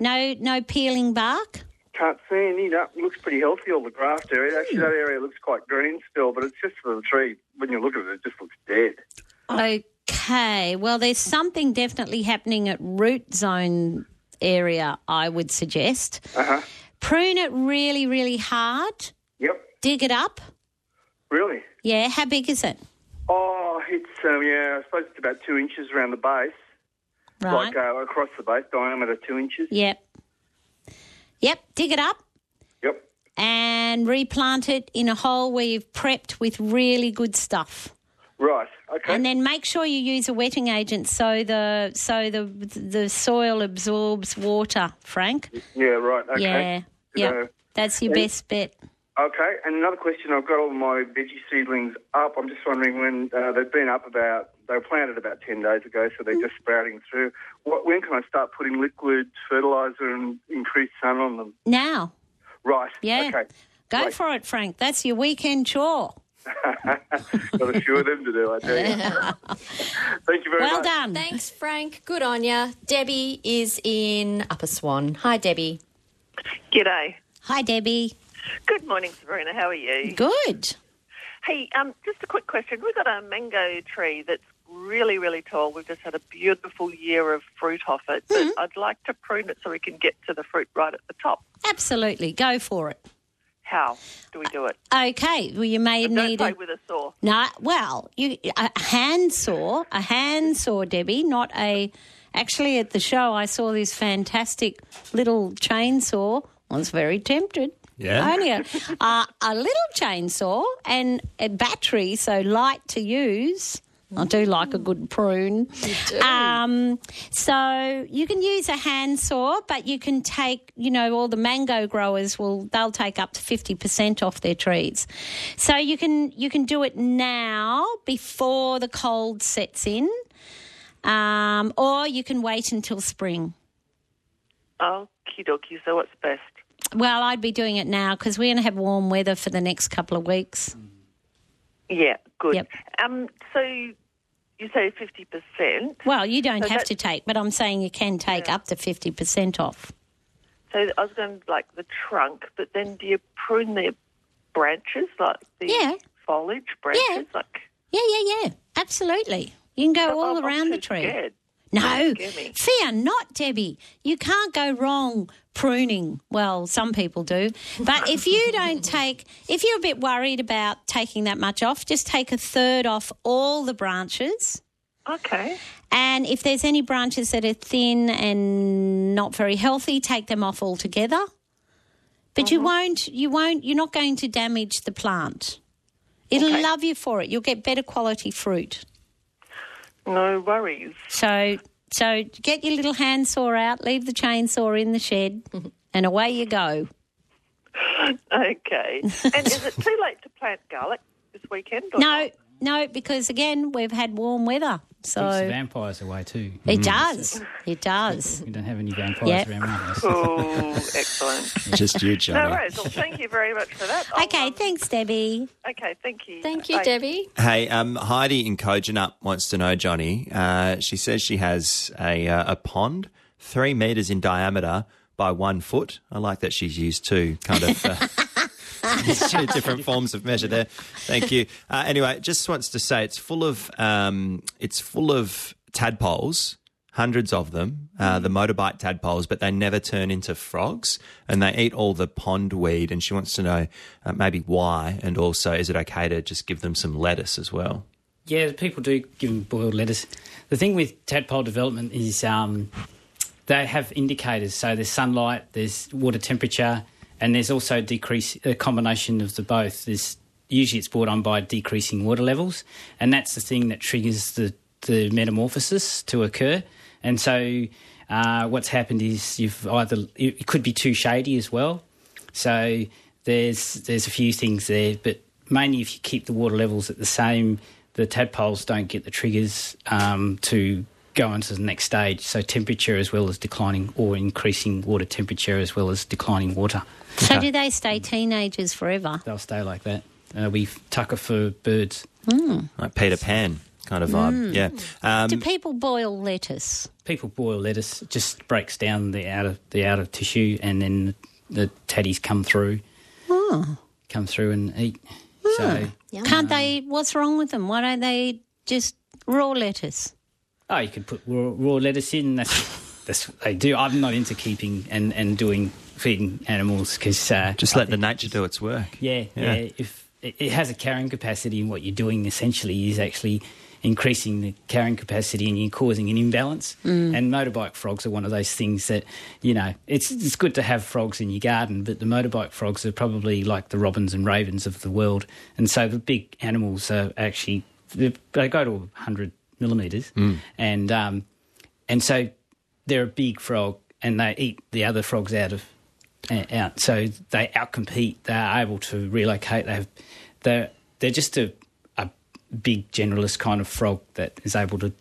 Speaker 4: No, no peeling bark.
Speaker 14: Can't see any. That looks pretty healthy, all the graft area. Actually, that area looks quite green still, but it's just for the tree. When you look at it, it just looks dead.
Speaker 4: Okay. Well, there's something definitely happening at root zone area. I would suggest
Speaker 14: Uh huh.
Speaker 4: prune it really, really hard.
Speaker 14: Yep.
Speaker 4: Dig it up.
Speaker 14: Really?
Speaker 4: Yeah. How big is it?
Speaker 14: Oh, it's, um, yeah, I suppose it's about two inches around the base.
Speaker 4: Right.
Speaker 14: Like uh, across the base, diameter two inches.
Speaker 4: Yep. Yep. Dig it up.
Speaker 14: Yep.
Speaker 4: And replant it in a hole where you've prepped with really good stuff.
Speaker 14: Right. Okay.
Speaker 4: And then make sure you use a wetting agent so the so the the soil absorbs water, Frank.
Speaker 14: Yeah, right. Okay.
Speaker 4: Yeah.
Speaker 14: Good
Speaker 4: Yeah.
Speaker 14: to know.
Speaker 4: That's your
Speaker 14: And-
Speaker 4: best bet.
Speaker 14: Okay, and another question. I've got all my veggie seedlings up. I'm just wondering when uh, they've been up about. They were planted about ten days ago, so they're just sprouting through. What, when can I start putting liquid fertilizer and increased sun on them?
Speaker 4: Now.
Speaker 14: Right.
Speaker 4: Yeah.
Speaker 14: Okay.
Speaker 4: Go
Speaker 14: Right.
Speaker 4: for it, Frank. That's your weekend chore.
Speaker 14: got a few of them to do. I tell you. Thank you very much.
Speaker 4: done.
Speaker 3: Thanks, Frank. Good on ya. Debbie is in Upper Swan. Hi, Debbie.
Speaker 13: G'day.
Speaker 4: Hi, Debbie.
Speaker 13: Good morning, Sabrina. How are you?
Speaker 4: Good.
Speaker 13: Hey, um, just a quick question. We've got a mango tree that's really, really tall. We've just had a beautiful year of fruit off it, but
Speaker 4: Mm-hmm.
Speaker 13: I'd like to prune it so we can get to the fruit right at the top.
Speaker 4: Absolutely. Go for it.
Speaker 13: How do we do it?
Speaker 4: Okay. Well, you may
Speaker 13: And
Speaker 4: need
Speaker 13: don't play
Speaker 4: a-
Speaker 13: with a saw.
Speaker 4: No, well, you a hand saw, a hand saw, Debbie, not a. Actually, at the show, I saw this fantastic little chainsaw. I was very tempted.
Speaker 15: Yeah.
Speaker 4: Only a, uh, a little chainsaw and a battery, so light to use. I do like a good prune. Um, so you can use a hand saw, but you can take, you know, all the mango growers will they'll take up to fifty percent off their trees. So you can you can do it now before the cold sets in, um, or you can wait until spring.
Speaker 13: Okie dokie, so what's best?
Speaker 4: Well, I'd be doing it now because we're going to have warm weather for the next couple of weeks.
Speaker 13: Yeah, good.
Speaker 4: Yep.
Speaker 13: Um, so you say 50%.
Speaker 4: Well, you don't
Speaker 13: So
Speaker 4: have
Speaker 13: that-
Speaker 4: to take, but I'm saying you can take up to fifty percent off.
Speaker 13: So I was going to like the trunk, but then do you prune the branches, like the foliage branches? Like,
Speaker 4: Yeah, yeah, yeah. Absolutely. You can go all around the tree.
Speaker 13: scared.
Speaker 4: No,
Speaker 13: Scare me.
Speaker 4: fear not, Debbie. You can't go wrong pruning. Well, some people do. But if you don't take, if you're a bit worried about taking that much off, just take a third off all the branches.
Speaker 13: Okay.
Speaker 4: And if there's any branches that are thin and not very healthy, take them off altogether. But
Speaker 13: Uh-huh.
Speaker 4: you won't, you won't, you're not going to damage the plant. It'll love you for it. You'll get better quality fruit.
Speaker 13: No worries.
Speaker 4: So, so get your little handsaw out, leave the chainsaw in the shed, and away you go.
Speaker 13: okay. And is it too late to plant garlic this weekend? Or
Speaker 4: No, no, because again, we've had warm weather,
Speaker 12: Keeps the
Speaker 4: so
Speaker 12: vampires away too.
Speaker 5: Mm.
Speaker 4: it does. It does.
Speaker 12: We Mm. don't have any vampires
Speaker 4: Yep.
Speaker 12: around my house.
Speaker 13: Oh, excellent.
Speaker 15: Just you,
Speaker 13: No worries. Well, thank you very much for that. I'll- um,
Speaker 4: Okay, thanks, Debbie.
Speaker 13: Okay, thank you.
Speaker 3: Thank you,
Speaker 13: Bye.
Speaker 3: Debbie.
Speaker 5: Hey, um, Heidi in Kojanup wants to know, Johnny. Uh, she says she has a, uh, a pond three metres in diameter by one foot. I like that she's used two kind of. Uh, two different forms of measure there. Thank you. Uh, anyway, just wants to say it's full of um, it's full of tadpoles, hundreds of them, uh, the motorbike tadpoles, but they never turn into frogs, and they eat all the pond weed. And she wants to know uh, maybe why, and also is it okay to just give them some lettuce as well?
Speaker 12: Yeah, people do give them boiled lettuce. The thing with tadpole development is um, they have indicators. So there's sunlight, there's water temperature, and there's also decrease a combination of the both. There's usually it's brought on by decreasing water levels, and that's the thing that triggers the the metamorphosis to occur. And so uh, what's happened is you've either it it could be too shady as well. So there's there's a few things there, but mainly if you keep the water levels at the same, the tadpoles don't get the triggers um, to go on to the next stage. So temperature as well as declining or increasing water temperature as well as declining water.
Speaker 4: So do they stay teenagers forever?
Speaker 12: They'll stay like that. Uh, we tucker for birds.
Speaker 4: Mm.
Speaker 5: Like Peter Pan kind of vibe.
Speaker 4: Mm.
Speaker 5: Yeah.
Speaker 4: do
Speaker 5: Um,
Speaker 4: people boil lettuce?
Speaker 12: People boil lettuce. It just breaks down the outer the outer tissue, and then the tatties come through,
Speaker 13: Hmm.
Speaker 4: Oh.
Speaker 12: come through and eat.
Speaker 4: Mm.
Speaker 12: So
Speaker 4: Can't they eat? What's wrong with them? Why don't they eat just raw lettuce?
Speaker 12: Oh, you could put raw, raw lettuce in. That's that's what they do. I'm not into keeping and, and doing feeding animals because uh,
Speaker 5: just let the nature do its work.
Speaker 12: yeah,
Speaker 5: Yeah.
Speaker 12: yeah If it, it has a carrying capacity, and what you're doing essentially is actually increasing the carrying capacity, and you're causing an imbalance.
Speaker 15: Mm.
Speaker 12: And motorbike frogs are one of those things that you know it's it's good to have frogs in your garden, but the motorbike frogs are probably like the robins and ravens of the world, and so the big animals are actually they they go to 100 millimeters
Speaker 15: Mm.
Speaker 12: and um, and so they're a big frog, and they eat the other frogs out of uh, out. So they outcompete. They are able to relocate. They have they're they're just a a big generalist kind of frog that is able to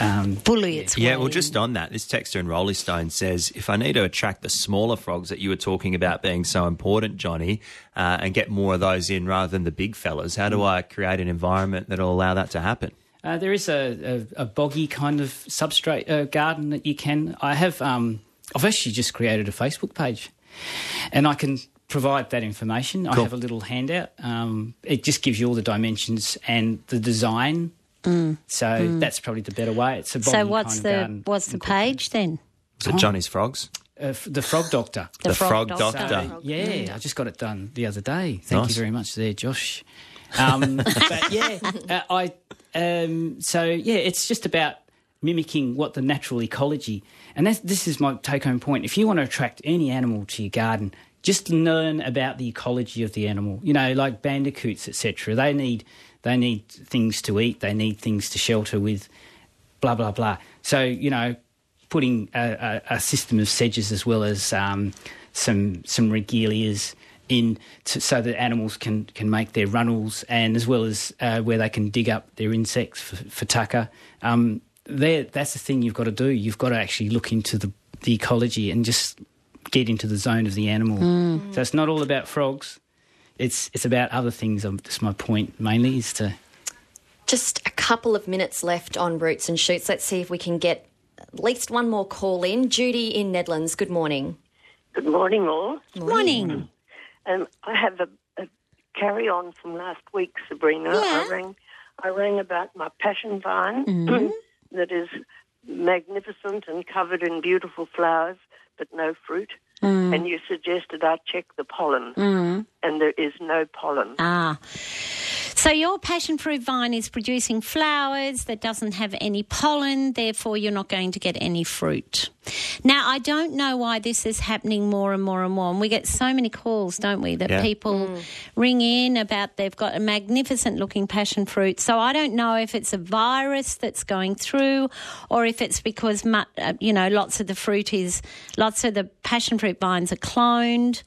Speaker 12: um,
Speaker 4: bully its
Speaker 5: Yeah, well, just on that, this texter in Rolly Stone says if I need to attract the smaller frogs that you were talking about being so important, Johnny, uh, and get more of those in rather than the big fellas, how do I create an environment that'll allow that to happen?
Speaker 12: Uh, there is a, a, a boggy kind of substrate uh, garden that you can. I have. Um, I've actually just created a Facebook page, and I can provide that information. I
Speaker 15: Cool.
Speaker 12: have a little handout. Um, it just gives you all the dimensions and the design. So
Speaker 4: Mm.
Speaker 12: that's probably the better way. It's a boggy
Speaker 4: So what's
Speaker 12: kind
Speaker 4: the
Speaker 12: of garden.
Speaker 4: what's the page then?
Speaker 5: So Johnny's frogs.
Speaker 12: Oh. Uh, f- the frog doctor.
Speaker 4: The The frog frog doctor. Mm. doctor.
Speaker 12: So, yeah, I just got it done the other day. Thank
Speaker 5: Nice.
Speaker 12: you very much, there, Josh. Um, but yeah, uh, I. Um, so yeah, it's just about mimicking what the natural ecology, and that's, this is my take-home point. If you want to attract any animal to your garden, just learn about the ecology of the animal. You know, like bandicoots, etc. They need they need things to eat. They need things to shelter with blah blah blah. So you know, putting a, a, a system of sedges as well as um, some some regalias in to, so that animals can can make their runnels and as well as uh, where they can dig up their insects for, for tucker. Um, there, that's the thing you've got to do. You've got to actually look into the the ecology and just get into the zone of the animal.
Speaker 15: Mm.
Speaker 12: So it's not all about frogs. It's it's about other things. Um, That's my point mainly is to
Speaker 3: Just a couple of minutes left on Roots and Shoots. Let's see if we can get at least one more call in. Judy in Netherlands, good morning.
Speaker 16: Good morning, all.
Speaker 4: Morning.
Speaker 16: Um, I have a, a carry on from last week, Sabrina. I rang, I rang about my passion vine
Speaker 4: Mhm.
Speaker 16: that is magnificent and covered in beautiful flowers, but no fruit.
Speaker 4: Mm.
Speaker 16: And you suggested I check the pollen,
Speaker 4: Mm.
Speaker 16: and there is no pollen.
Speaker 4: Ah. So your passion fruit vine is producing flowers that doesn't have any pollen, therefore you're not going to get any fruit. Now I don't know why this is happening more and more and more. And we get so many calls, don't we, that
Speaker 17: Yeah.
Speaker 4: people ring in about they've got a magnificent looking passion fruit. So I don't know if it's a virus that's going through or if it's because mu- uh, you know lots of the fruit is lots of the passion fruit vines are cloned.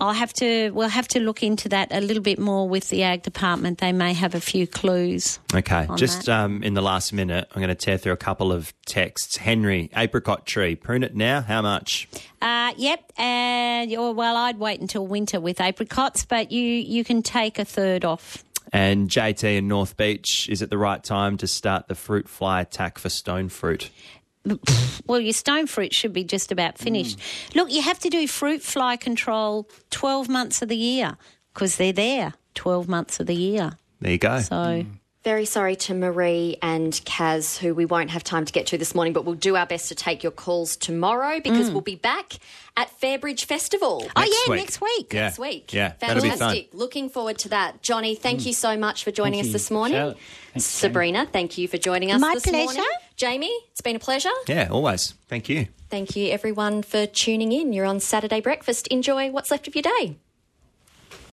Speaker 4: I'll have to. We'll have to look into that a little bit more with the ag department. They may have a few clues.
Speaker 5: Okay,
Speaker 4: on
Speaker 5: just
Speaker 4: that.
Speaker 5: um, in the last minute, I'm going to tear through a couple of texts. Henry, apricot tree, prune it now. How much?
Speaker 4: Uh, yep. And or well, I'd wait until winter with apricots, but you you can take a third off.
Speaker 5: And JT in North Beach, is it the right time to start the fruit fly attack for stone fruit?
Speaker 4: Well, your stone fruit should be just about finished.
Speaker 5: Mm.
Speaker 4: Look, you have to do fruit fly control twelve months of the year because they're there twelve months of the year.
Speaker 5: There you go.
Speaker 4: So.
Speaker 3: Very sorry to Marie and Kaz, who we won't have time to get to this morning, but we'll do our best to take your calls tomorrow because
Speaker 4: Mm.
Speaker 3: we'll be back at Fairbridge Festival.
Speaker 4: Oh, Next yeah, week. next week. Yeah.
Speaker 3: Next week.
Speaker 4: Yeah, that'll be
Speaker 3: fantastic. Looking forward to that. Johnny, thank
Speaker 4: Mm.
Speaker 3: you so much for joining
Speaker 4: Thank
Speaker 3: us
Speaker 4: you,
Speaker 3: this morning.
Speaker 5: Charlotte.
Speaker 3: Sabrina, thank you for joining us
Speaker 4: My
Speaker 3: this
Speaker 4: pleasure.
Speaker 3: morning. Jamie, it's been a pleasure.
Speaker 5: Yeah, always. Thank you.
Speaker 3: Thank you, everyone, for tuning in. You're on Saturday Breakfast. Enjoy what's left of your day.